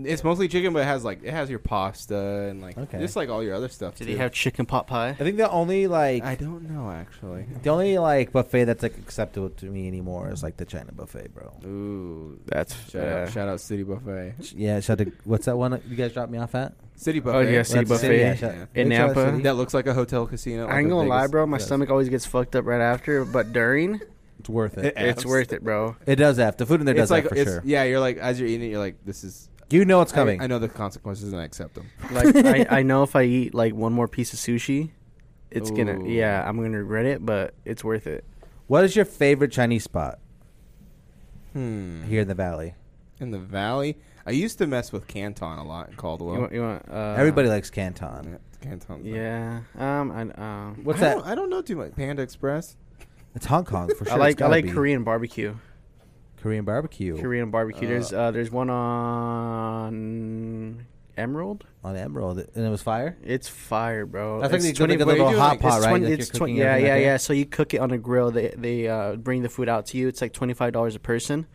Speaker 2: It's mostly chicken, but it has like it has your pasta and like
Speaker 3: Okay.
Speaker 2: just like all your other stuff.
Speaker 1: Did
Speaker 2: too.
Speaker 1: he have chicken pot pie?
Speaker 3: I think the only like
Speaker 2: I don't know actually.
Speaker 3: the only like buffet that's like acceptable to me anymore is like the China buffet, bro.
Speaker 2: Ooh,
Speaker 1: That's
Speaker 2: shout out, shout out City Buffet.
Speaker 3: Yeah, shout to what's that one you guys dropped me off at?
Speaker 2: City Buffet.
Speaker 1: Oh yeah, city
Speaker 3: City That's-
Speaker 1: buffet
Speaker 3: yeah, shout-
Speaker 1: in
Speaker 3: Big shout out
Speaker 1: Napa.
Speaker 3: City.
Speaker 2: That looks like a hotel casino.
Speaker 1: I ain't gonna lie, bro. My
Speaker 3: Yes.
Speaker 1: stomach always gets fucked up right after, but during,
Speaker 3: It's worth it.
Speaker 2: Yeah,
Speaker 1: it's
Speaker 2: I'm
Speaker 1: worth it, bro.
Speaker 3: It does have the food in there
Speaker 2: It's
Speaker 3: does
Speaker 2: like
Speaker 3: have for
Speaker 2: it's
Speaker 3: sure.
Speaker 2: yeah. You're like as you're eating it, you're like this is
Speaker 3: You know it's
Speaker 2: I-
Speaker 3: coming.
Speaker 2: I, know the consequences and I accept them.
Speaker 1: Like I, I know if I eat like one more piece of sushi, it's gonna
Speaker 2: Ooh.
Speaker 1: yeah, I'm gonna regret it, but it's worth it.
Speaker 3: What is your favorite Chinese spot
Speaker 2: Hmm.
Speaker 3: here in the valley?
Speaker 2: in the valley, I used to mess with Canton a lot in Caldwell.
Speaker 1: you want, you want uh,
Speaker 3: Everybody likes Canton.
Speaker 2: Yeah, Canton's like-
Speaker 1: Yeah. Um. I um.
Speaker 3: What's
Speaker 2: I
Speaker 3: that?
Speaker 2: Don't, I don't know too much. Panda Express.
Speaker 3: It's Hong Kong for sure.
Speaker 1: I
Speaker 3: It's
Speaker 1: like I
Speaker 3: gotta
Speaker 1: like
Speaker 3: be.
Speaker 1: Korean barbecue.
Speaker 3: Korean barbecue
Speaker 1: Korean barbecue. there's uh there's one on Emerald.
Speaker 3: on Emerald, and it was fire.
Speaker 1: It's fire, bro.
Speaker 3: That's like
Speaker 1: It's
Speaker 3: the equivalent of a
Speaker 2: what are you
Speaker 3: little
Speaker 2: doing?
Speaker 3: hot
Speaker 2: Like,
Speaker 3: pot,
Speaker 1: it's
Speaker 3: right?
Speaker 1: 20,
Speaker 3: Like you're
Speaker 1: it's
Speaker 3: cooking
Speaker 1: 20 yeah,
Speaker 3: everything
Speaker 1: yeah,
Speaker 3: like
Speaker 1: yeah.
Speaker 3: that?
Speaker 1: So you cook it on a grill. They they uh, bring the food out to you. It's like twenty five dollars a person,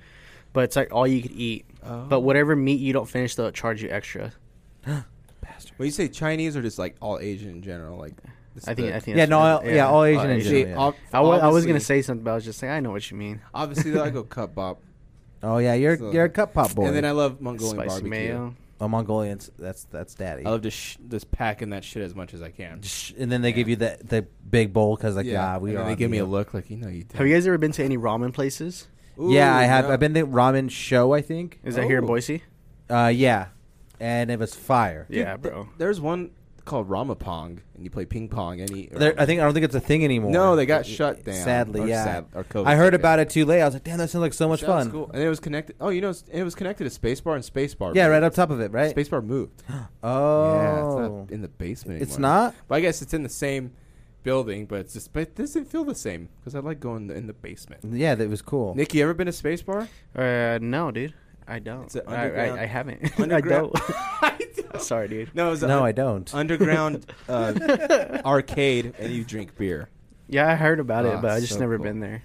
Speaker 1: but it's like all you could eat.
Speaker 2: Oh.
Speaker 3: Oh.
Speaker 1: But whatever meat you don't finish, they'll charge you extra.
Speaker 2: When you say Chinese or just like all Asian in general, like this-
Speaker 1: I think.
Speaker 2: the-
Speaker 1: I think.
Speaker 3: Yeah,
Speaker 1: that's-
Speaker 3: no, all- yeah, all Asian in
Speaker 2: They
Speaker 3: general, yeah.
Speaker 2: ob-
Speaker 1: I was, I was gonna
Speaker 2: obviously-
Speaker 1: say something, but I was just saying I know what you mean.
Speaker 2: obviously they like a cut bop,
Speaker 3: Oh yeah, you're
Speaker 2: So-
Speaker 3: you're a cup pop boy.
Speaker 2: and then I love Mongolian
Speaker 1: Spicy
Speaker 2: barbecue.
Speaker 1: mayo.
Speaker 3: oh, Mongolians. That's that's daddy.
Speaker 2: I love just sh- just packing that shit as much as I can.
Speaker 3: Sh- and then they give you the the big bowl because like yeah, we
Speaker 2: and
Speaker 3: are.
Speaker 2: then They
Speaker 3: on
Speaker 2: give me a
Speaker 3: you.
Speaker 2: look like you know you. Did.
Speaker 1: Have you guys ever been to any ramen places?
Speaker 2: Ooh,
Speaker 3: yeah, I have.
Speaker 2: no.
Speaker 3: I've been to ramen show. I think.
Speaker 1: Is that here in
Speaker 2: Oh.
Speaker 1: Boise?
Speaker 3: Uh, yeah, and it was fire.
Speaker 2: Dude,
Speaker 1: Yeah,
Speaker 2: th-
Speaker 1: bro.
Speaker 2: There's one called Ramapong, and you play ping pong. And eat
Speaker 3: There,
Speaker 2: ramen.
Speaker 3: I think I don't think it's a thing anymore.
Speaker 2: No, they got shut down.
Speaker 3: Sadly,
Speaker 2: Or
Speaker 3: yeah.
Speaker 2: sad- or COVID
Speaker 3: I heard
Speaker 2: took
Speaker 3: about it too late. I was like, damn, that sounds like so much
Speaker 2: That was
Speaker 3: fun.
Speaker 2: cool. And it was connected. Oh, you know, it's- it was connected to Spacebar, and Spacebar.
Speaker 3: Yeah,
Speaker 2: moved.
Speaker 3: right up top of it, right?
Speaker 2: Spacebar moved.
Speaker 3: Oh,
Speaker 2: Yeah, it's not in the basement.
Speaker 3: It's
Speaker 2: anymore.
Speaker 3: not?
Speaker 2: But I guess it's in the same building, but it's just. But it doesn't feel the same because I like going in the basement.
Speaker 3: yeah, that was cool.
Speaker 2: Nick, you ever been to Spacebar?
Speaker 1: Uh, no, dude. I don't.
Speaker 2: It's a
Speaker 1: Oh, I,
Speaker 2: underground-
Speaker 1: I, I haven't. I
Speaker 2: Underground-
Speaker 1: don't.
Speaker 2: I don't.
Speaker 1: Sorry, dude.
Speaker 2: No, it was
Speaker 3: no,
Speaker 2: I
Speaker 3: I don't.
Speaker 2: underground uh, arcade, and you drink beer.
Speaker 1: Yeah, I heard about
Speaker 2: Ah,
Speaker 1: it, but I just
Speaker 2: so
Speaker 1: never
Speaker 2: cool.
Speaker 1: been there.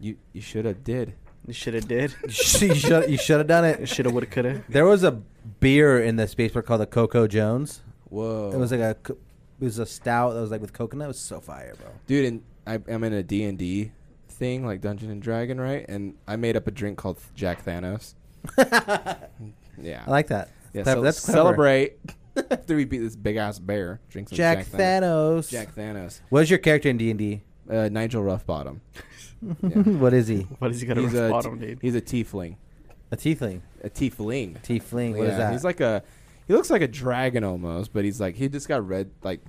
Speaker 2: You you should have did.
Speaker 1: You should have did.
Speaker 3: you should you should have done it.
Speaker 1: Shoulda, woulda, coulda.
Speaker 3: There was a beer in the space bar called the Coco Jones.
Speaker 2: Whoa,
Speaker 3: It was like a co- it was a stout that was like with coconut. It was so fire, bro.
Speaker 2: dude. And I, I'm in a D and D thing like Dungeon and Dragon, right? And I made up a drink called Jack Thanos. yeah,
Speaker 3: I like that.
Speaker 2: Uh, Yeah,
Speaker 3: That-
Speaker 2: cel-
Speaker 3: that's clever.
Speaker 2: celebrate after we beat this big ass bear. Drink some
Speaker 3: Jack,
Speaker 2: Jack, Thanos.
Speaker 3: Thanos.
Speaker 2: Jack Thanos.
Speaker 3: What is your character in D and D?
Speaker 2: Uh, Nigel Roughbottom. Yeah.
Speaker 3: What is he?
Speaker 1: What has he got a
Speaker 2: he's
Speaker 1: rough
Speaker 2: a
Speaker 1: bottom,
Speaker 2: t-
Speaker 1: dude?
Speaker 2: he's a tiefling.
Speaker 3: A tiefling.
Speaker 2: A tiefling.
Speaker 3: Tiefling. What is
Speaker 2: Yeah,
Speaker 3: that?
Speaker 2: He's like a. He looks like a dragon almost, but he's like he just got red like,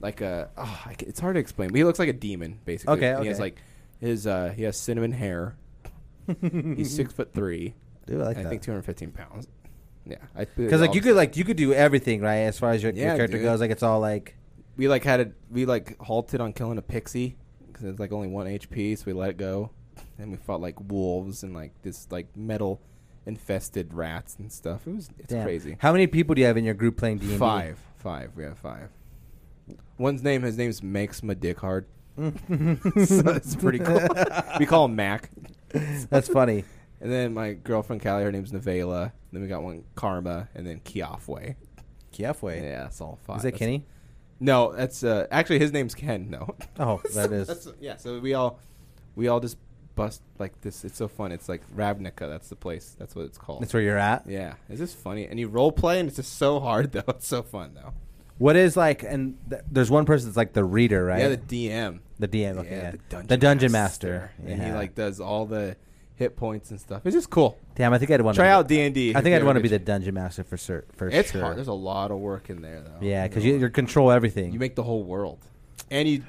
Speaker 2: like a. Oh, I ca- it's hard to explain. But he looks like a demon basically.
Speaker 3: Okay,
Speaker 2: And He has
Speaker 3: okay.
Speaker 2: like his uh he has cinnamon hair. he's six foot three.
Speaker 3: Dude, I like
Speaker 2: and I
Speaker 3: that.
Speaker 2: think two hundred fifteen pounds. Yeah,
Speaker 3: Because like you could like you could do everything right as far as your, your
Speaker 2: Yeah,
Speaker 3: character
Speaker 2: dude.
Speaker 3: goes. Like it's all like
Speaker 2: we like had a we like halted on killing a pixie because it's like only one HP, so we let it go, and we fought like wolves and like this like metal infested rats and stuff. It was it's
Speaker 3: damn.
Speaker 2: crazy.
Speaker 3: How many people do you have in your group playing D and D?
Speaker 2: Five, five, we have five. One's name, his name's makes my dick hard. so it's pretty cool. we call him Mac.
Speaker 3: That's funny.
Speaker 2: And then my girlfriend Callie, her name's Nevela. Then we got one Karma, and then Kiafwe.
Speaker 3: Kiefway.
Speaker 2: Yeah, that's all five.
Speaker 3: Is that
Speaker 2: That's-
Speaker 3: Kenny?
Speaker 2: No, that's uh, actually his name's Ken. No,
Speaker 3: Oh, that is.
Speaker 2: That's, yeah, so we all we all just bust like this. It's so fun. It's like Ravnica. That's the place. That's what it's called.
Speaker 3: That's where you're at.
Speaker 2: yeah, it's just funny, and you role play, and it's just so hard though. It's so fun though.
Speaker 3: What is like, and th- there's one person that's like the reader, right?
Speaker 2: Yeah, the DM.
Speaker 3: the, DM, okay, yeah,
Speaker 2: yeah,
Speaker 3: master.
Speaker 2: And he
Speaker 3: yeah.
Speaker 2: like does all the hit points and stuff. It's just cool.
Speaker 3: damn, I think I'd want
Speaker 2: Try out D and D.
Speaker 3: I think I'd want to be the dungeon master for sure. For
Speaker 2: It's
Speaker 3: sure.
Speaker 2: hard. There's a lot of work in there though.
Speaker 3: Yeah, because you, you control everything.
Speaker 2: you make the whole world, and you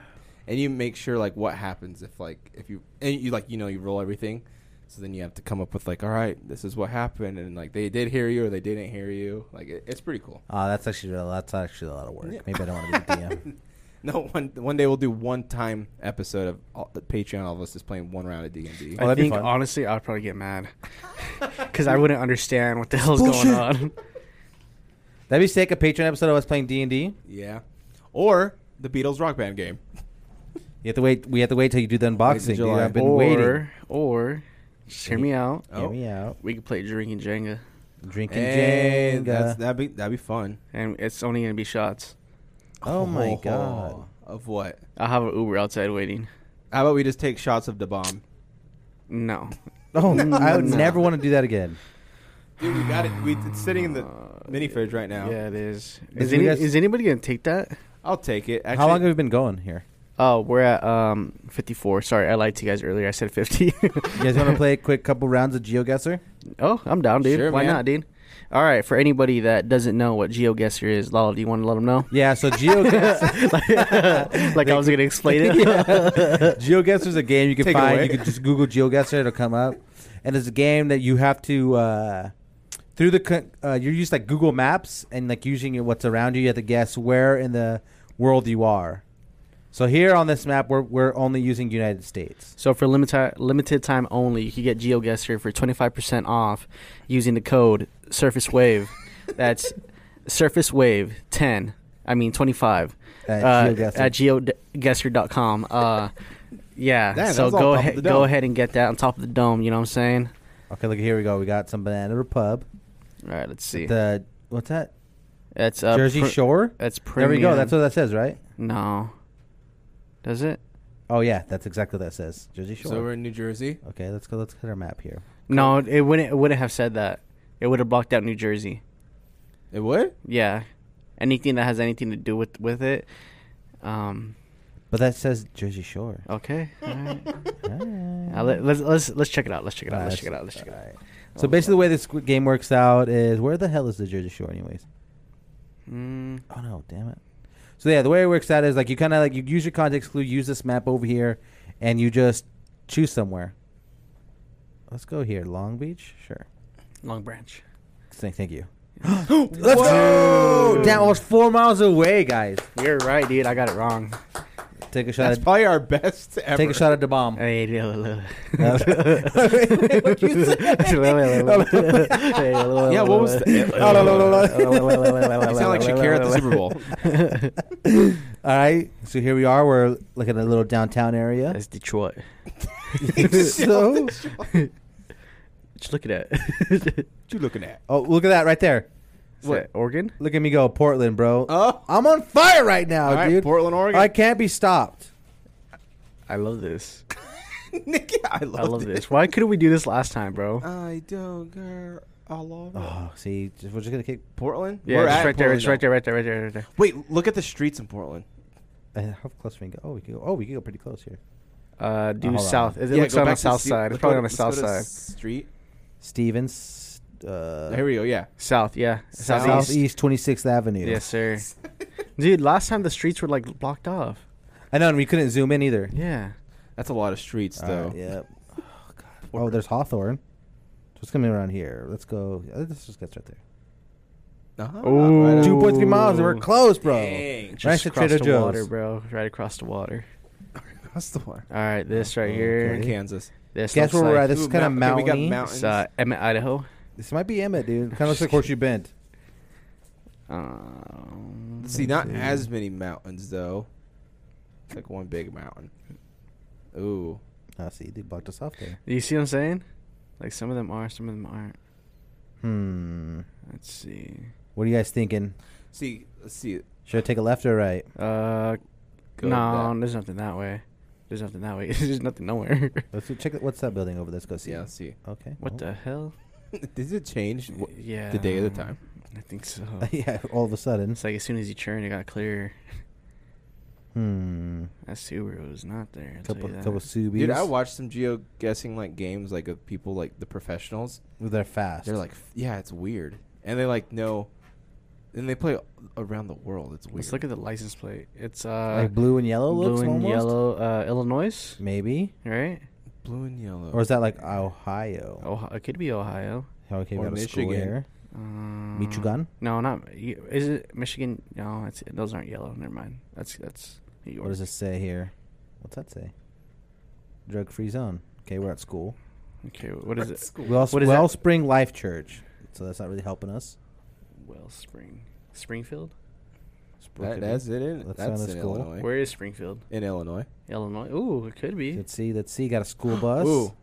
Speaker 2: and you make sure like what happens if like if you and you like you know you roll everything, so then you have to come up with like all right this is what happened and like they did hear you or they didn't hear you like it, it's pretty cool.
Speaker 3: oh, that's actually real- that's actually a lot of work. Maybe I don't want to be the DM.
Speaker 2: No one one day we'll do one time episode of all, Patreon. All of us just playing one round of D and D.
Speaker 3: Oh,
Speaker 1: I
Speaker 3: that'd be
Speaker 1: think
Speaker 3: fun.
Speaker 1: honestly, I'd probably get mad because I wouldn't understand what the hell's going on.
Speaker 3: That'd be sick. A Patreon episode of us playing D and D.
Speaker 2: Yeah, or the Beatles rock band game.
Speaker 3: You have to wait. We have to wait till you do the unboxing. dude.
Speaker 2: July.
Speaker 3: I've been
Speaker 1: or,
Speaker 3: waiting.
Speaker 1: or just hear me out.
Speaker 3: Hear
Speaker 2: Oh.
Speaker 3: me out.
Speaker 1: We could play drinking Jenga.
Speaker 3: Drinking
Speaker 2: Hey,
Speaker 3: Jenga.
Speaker 2: that's, that'd be that'd be fun.
Speaker 1: and it's only gonna be shots.
Speaker 3: oh my god.
Speaker 2: Of what?
Speaker 1: I'll have an Uber outside waiting.
Speaker 2: How about we just take shots of the bomb?
Speaker 1: No,
Speaker 3: Oh, I would
Speaker 1: No.
Speaker 3: never want to do that again.
Speaker 2: Dude, we got it. We, it's sitting in the
Speaker 3: Uh,
Speaker 2: mini fridge right now.
Speaker 1: yeah, it is.
Speaker 3: Is
Speaker 1: Is,
Speaker 3: it
Speaker 1: any,
Speaker 3: you guys-
Speaker 1: is anybody gonna take that?
Speaker 2: I'll take it. Actually,
Speaker 3: How long have we been going here?
Speaker 1: Oh, we're at um 54. Sorry, I lied to you guys earlier. I said 50.
Speaker 3: You guys want to play a quick couple rounds of GeoGuessr?
Speaker 1: oh, I'm down, dude.
Speaker 2: Sure,
Speaker 1: Why
Speaker 2: man.
Speaker 1: not, dude? All right, for anybody that doesn't know what GeoGuessr is, Lala, do you want to let them know?
Speaker 3: Yeah, so GeoGuessr.
Speaker 1: like I was gonna explain it.
Speaker 3: GeoGuessr is a game you can
Speaker 2: Take it
Speaker 3: find.
Speaker 2: away.
Speaker 3: You can just Google GeoGuessr, it'll come up. And it's a game that you have to uh, through the co- uh, you use like Google Maps and like using what's around you. You have to guess where in the world you are. So here on this map, we're we're only using United States.
Speaker 1: So for limited limited time only, you can get GeoGuessr for 25% off using the code Surface Wave. That's Surface Wave 10. I mean 25
Speaker 3: At
Speaker 1: uh,
Speaker 3: GeoGuessr.
Speaker 1: at geoguessr.com. Uh, yeah.
Speaker 2: Damn, that
Speaker 1: so
Speaker 2: was all
Speaker 1: go
Speaker 2: top of the
Speaker 1: ahead, go
Speaker 2: dome.
Speaker 1: ahead and get that on top of the dome. You know what I'm saying?
Speaker 3: Okay, look here we go. We got some Banana Repub.
Speaker 1: All right. Let's see.
Speaker 3: The what's that?
Speaker 1: that's uh,
Speaker 3: Jersey
Speaker 1: pre-
Speaker 3: Shore.
Speaker 1: That's
Speaker 3: There
Speaker 1: premium.
Speaker 3: we go. That's what that says, right?
Speaker 1: no. Does it?
Speaker 3: Oh yeah, that's exactly what that says. Jersey Shore.
Speaker 2: So we're in New Jersey.
Speaker 3: okay, let's go. Let's hit our map here.
Speaker 1: No. It wouldn't. It wouldn't have said that. It would have blocked out New Jersey.
Speaker 2: It would.
Speaker 1: Yeah. Anything that has anything to do with with it. Um.
Speaker 3: But that says Jersey Shore.
Speaker 1: Okay. All right.
Speaker 3: Alright.
Speaker 1: Now, let, us let's let's check it out. Let's check it out.
Speaker 3: Alright,
Speaker 1: Let's check it out. Let's check it out.
Speaker 3: alright. So basically, the way this qu- game works out is where the hell is the Jersey Shore, anyways?
Speaker 1: Mm,
Speaker 3: Oh no, damn it! So yeah, the way it works out is like you kind of like you use your context clue, use this map over here, and you just choose somewhere. Let's go here, Long Beach. Sure.
Speaker 1: Long Branch.
Speaker 3: Thank, thank you.
Speaker 2: Let's
Speaker 3: Oh, that was four miles away, guys.
Speaker 1: You're right, dude. I got it wrong.
Speaker 3: Take a shot.
Speaker 2: That's Oh,
Speaker 3: At,
Speaker 2: probably our best ever.
Speaker 3: take a shot at the bomb.
Speaker 1: Hey, look, look,
Speaker 3: Uh,
Speaker 1: look. Look, look, look. Hey, look,
Speaker 2: Yeah,
Speaker 1: look,
Speaker 2: what was
Speaker 1: look.
Speaker 2: the-
Speaker 1: Look, look, look, look, look, look, look,
Speaker 2: You sound like
Speaker 1: look,
Speaker 2: Shakira at the
Speaker 1: look,
Speaker 2: Super Bowl.
Speaker 1: look.
Speaker 3: All right. So here we are. We're looking at a little downtown area.
Speaker 1: That's Detroit.
Speaker 3: so,
Speaker 1: Just look at that.
Speaker 2: What you looking at?
Speaker 3: oh, look at that right there.
Speaker 1: Is that Oregon?
Speaker 3: Look at me go, Portland, bro.
Speaker 2: Oh,
Speaker 3: I'm on fire right now,
Speaker 2: all right,
Speaker 3: dude.
Speaker 2: Portland, Oregon.
Speaker 3: I can't be stopped.
Speaker 1: I love this.
Speaker 2: Nick, I love,
Speaker 1: I love this. Why couldn't we do this last time, bro?
Speaker 2: I don't care. I love it.
Speaker 3: Oh, see, just, we're just gonna kick.
Speaker 2: Portland.
Speaker 1: Yeah,
Speaker 2: We're
Speaker 1: just
Speaker 2: at
Speaker 1: right there,
Speaker 2: Portland,
Speaker 1: just right
Speaker 2: though.
Speaker 1: there, right there, right there, right there.
Speaker 2: Wait, look at the streets in Portland.
Speaker 3: Uh, how close we can go? Oh, we can go. Oh, we can go pretty close here.
Speaker 1: Uh,
Speaker 3: Oh,
Speaker 1: due
Speaker 3: hold on.
Speaker 1: south. It
Speaker 2: Yeah,
Speaker 1: looks
Speaker 2: go
Speaker 1: on the
Speaker 2: back to
Speaker 1: south
Speaker 2: se-
Speaker 1: side. It's
Speaker 2: let's
Speaker 1: probably
Speaker 2: go
Speaker 1: on the
Speaker 2: to-
Speaker 1: south
Speaker 2: let's go to
Speaker 1: side.
Speaker 2: Street.
Speaker 3: Stevens, uh,
Speaker 2: Here we go. Yeah.
Speaker 1: South, yeah.
Speaker 2: South-
Speaker 1: Southeast.
Speaker 3: Southeast 26th Avenue.
Speaker 1: Yes, sir. Dude, last time the streets were like blocked off.
Speaker 3: I know, and we couldn't zoom in either.
Speaker 1: Yeah.
Speaker 2: That's a lot of streets,
Speaker 3: All
Speaker 2: though.
Speaker 3: right, yep. Oh, God. oh, there's Hawthorne. Just coming around here. Let's go. uh, Let's just get right there.
Speaker 2: Uh-huh.
Speaker 1: Ooh.
Speaker 2: Right on.
Speaker 1: Dude,
Speaker 3: Two point three miles, and we're
Speaker 1: Ooh.
Speaker 3: close, bro.
Speaker 2: Dang.
Speaker 3: Right
Speaker 1: Just
Speaker 3: to
Speaker 1: across
Speaker 3: Trader
Speaker 1: the
Speaker 3: Joe's.
Speaker 1: water, bro. Right across the water.
Speaker 2: That's the one.
Speaker 1: All right, this right
Speaker 3: Oh,
Speaker 1: here.
Speaker 3: okay.
Speaker 2: Kansas.
Speaker 1: This
Speaker 3: Guess
Speaker 1: looks
Speaker 3: where we're at?
Speaker 1: like-
Speaker 3: This is
Speaker 2: Ooh,
Speaker 3: kind of
Speaker 2: mount- okay, we got
Speaker 3: mountains.
Speaker 2: mountain.
Speaker 1: It's uh, Emmett, Idaho.
Speaker 3: This might be Emmett, dude. Kind of looks like Horseshoe Bend.
Speaker 1: Um,
Speaker 2: See, not
Speaker 3: see.
Speaker 2: as many mountains though. It's like one big mountain. Ooh.
Speaker 3: Oh, see, they blocked us off there.
Speaker 1: You see what I'm saying? Like some of them are, some of them aren't.
Speaker 3: Hmm.
Speaker 1: Let's see.
Speaker 3: What are you guys thinking?
Speaker 2: See, let's see.
Speaker 3: Should I take a left or a right?
Speaker 1: Uh,
Speaker 2: Go
Speaker 1: no,
Speaker 2: back.
Speaker 1: there's nothing that way. There's nothing that way. there's nothing nowhere.
Speaker 3: Let's go check. it- What's that building over there? Let's go see.
Speaker 2: Yeah, let's see.
Speaker 3: Okay.
Speaker 1: what
Speaker 3: well.
Speaker 1: the hell?
Speaker 2: Did it change? wh-
Speaker 1: yeah.
Speaker 2: The day of the time.
Speaker 1: I think so.
Speaker 3: yeah. All of a sudden.
Speaker 1: it's like as soon as you turn, it got clear.
Speaker 3: Hmm.
Speaker 1: That Subaru was not there. I'll tell
Speaker 3: Couple,
Speaker 1: you that.
Speaker 3: couple Subies.
Speaker 2: Dude, I watched some geo guessing like games like of people like the professionals.
Speaker 3: They're fast.
Speaker 2: They're like, f- yeah, it's weird, and they like know, and they play around the world. It's weird.
Speaker 1: Let's look at the license plate. It's uh,
Speaker 3: like blue and yellow.
Speaker 1: blue
Speaker 3: looks
Speaker 1: and
Speaker 3: almost?
Speaker 1: yellow, uh, Illinois,
Speaker 3: Maybe.
Speaker 1: right?
Speaker 2: blue and yellow.
Speaker 3: Or is that like Ohio?
Speaker 1: Oh, it could be Ohio.
Speaker 3: How it came
Speaker 2: Or
Speaker 3: out of school
Speaker 2: Michigan.
Speaker 3: here.
Speaker 1: Um,
Speaker 3: Michigan.
Speaker 1: No, not. Is it Michigan? No, it's, those aren't yellow. Never mind. That's that's. New York.
Speaker 3: What does it say here? What's that say? Drug free zone. Okay, we're at school.
Speaker 1: Okay, what is it?
Speaker 2: School.
Speaker 3: Well,
Speaker 1: What is that?
Speaker 3: Wellspring Life Church. So that's not really helping us.
Speaker 1: Wellspring, Springfield.
Speaker 2: that, that's it. In,
Speaker 3: Let's
Speaker 2: that's
Speaker 3: find a
Speaker 2: in
Speaker 3: school.
Speaker 2: Illinois.
Speaker 1: Where is Springfield?
Speaker 2: in Illinois.
Speaker 1: Illinois. Ooh, it could be.
Speaker 3: Let's see. Let's see. Got a school bus.
Speaker 2: Ooh.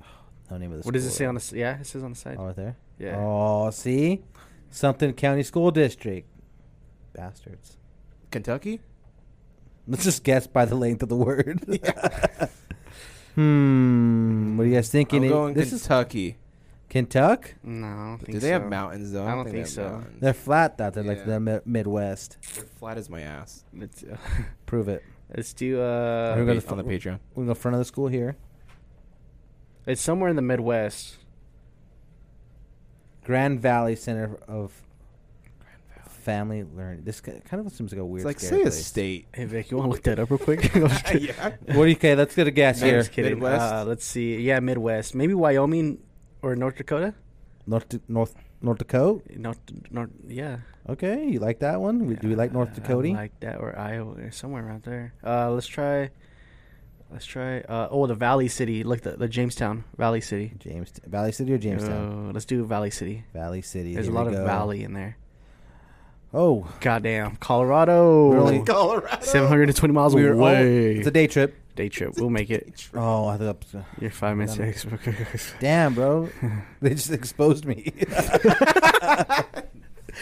Speaker 3: Oh, No name of the
Speaker 1: What does it
Speaker 3: school.
Speaker 1: say on the? s- Yeah, it says on the side.
Speaker 3: Oh, right there.
Speaker 1: Yeah.
Speaker 3: Oh, see, something county school district, bastards.
Speaker 2: Kentucky?
Speaker 3: Let's just guess by the length of the word. hmm. What are you guys thinking?
Speaker 2: I'm
Speaker 3: It-
Speaker 2: going
Speaker 3: this is
Speaker 2: Kentucky.
Speaker 3: Kentuck.
Speaker 1: No, I don't think
Speaker 2: Do they
Speaker 1: so.
Speaker 2: have mountains though?
Speaker 1: I don't think
Speaker 2: they have
Speaker 1: so.
Speaker 2: mountains.
Speaker 3: They're flat out there, like
Speaker 2: Yeah.
Speaker 3: the mi- Midwest.
Speaker 2: They're flat as my ass.
Speaker 1: Let's, uh,
Speaker 3: Prove it.
Speaker 1: let's do. Uh,
Speaker 3: We're gonna
Speaker 2: on the
Speaker 3: fi-
Speaker 2: Patreon.
Speaker 3: We're going to front of the school here.
Speaker 1: It's somewhere in the Midwest.
Speaker 3: Grand Valley Center of Family Learning. This ki- kind of seems like a weird.
Speaker 2: It's like
Speaker 3: scary
Speaker 2: say a
Speaker 3: place.
Speaker 2: state.
Speaker 1: Hey Vic, you want to look that up real quick? I'm just kidding.
Speaker 2: yeah.
Speaker 3: What do you? Okay, let's get a guess
Speaker 1: I'm
Speaker 3: here.
Speaker 1: just kidding.
Speaker 2: Midwest?
Speaker 1: Uh, let's see. Yeah, Midwest. Maybe Wyoming or North Dakota.
Speaker 3: North, North, North Dakota.
Speaker 1: North, North. Yeah.
Speaker 3: Okay, you like that one? We Do we like North
Speaker 1: Uh,
Speaker 3: Dakota?
Speaker 1: I like that or Iowa or somewhere around there. Uh, let's try. Let's try. Uh, oh, the Valley City. Look, the, the Jamestown Valley City.
Speaker 3: James Valley City or Jamestown?
Speaker 1: Oh, let's do Valley City.
Speaker 3: Valley City.
Speaker 1: There's a
Speaker 3: here
Speaker 1: lot
Speaker 3: we
Speaker 1: of
Speaker 3: go.
Speaker 1: valley in there.
Speaker 3: Oh,
Speaker 1: Goddamn, Colorado.
Speaker 3: We're only-
Speaker 2: Colorado.
Speaker 1: 720 miles
Speaker 3: we were all-
Speaker 1: away.
Speaker 3: it's a day trip.
Speaker 1: day trip. We'll make it.
Speaker 3: Oh, I thought.
Speaker 1: You're five minutes.
Speaker 3: Done.
Speaker 1: ex-
Speaker 3: Damn, bro, they just exposed me.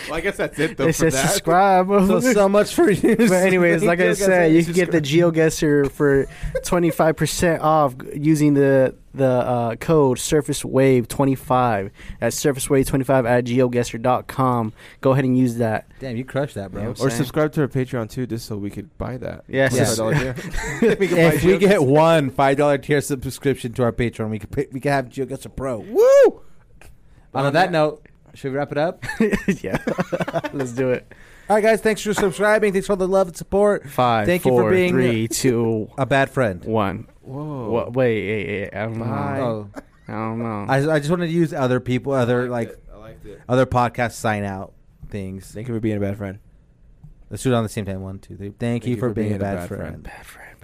Speaker 2: Well, I guess that's it though
Speaker 1: it
Speaker 2: for
Speaker 1: says
Speaker 2: that.
Speaker 1: subscribe.
Speaker 3: so so much for you.
Speaker 1: but anyways, like I said, you can get the GeoGuessr for 25% off g- using the the uh, code SurfaceWave25 at SurfaceWave25 at GeoGuessr.com. Go ahead and use that.
Speaker 3: Damn, you crushed that, bro.
Speaker 1: Yeah, Same.
Speaker 2: Or subscribe to our Patreon too, just so we could buy that.
Speaker 1: Yeah,
Speaker 2: For
Speaker 3: sus-
Speaker 2: $5 here. we could buy
Speaker 3: if we
Speaker 2: Joe's-
Speaker 3: get one five dollar tier subscription to our Patreon, we could pay, we could have GeoGuessr Pro.
Speaker 2: Woo!
Speaker 3: On that note, should we wrap it up?
Speaker 1: yeah. Let's do it.
Speaker 3: All right, guys, thanks for subscribing. Thanks for all the love and support.
Speaker 1: Five,
Speaker 3: Thank you for
Speaker 1: four,
Speaker 3: being-
Speaker 1: three, two,
Speaker 3: A bad friend.
Speaker 1: one.
Speaker 2: Whoa.
Speaker 1: Wha- wait, hey, hey, I don't
Speaker 2: Bye.
Speaker 1: know.
Speaker 3: Oh,
Speaker 1: I don't know.
Speaker 3: I, I just wanted to use other people, other like
Speaker 2: I liked it.
Speaker 3: other podcast sign out things.
Speaker 2: Thank you for being a bad friend.
Speaker 3: Let's do it on the same time. One, two, three. Thank, you, for, being, a bad, friend.
Speaker 1: Bad friend.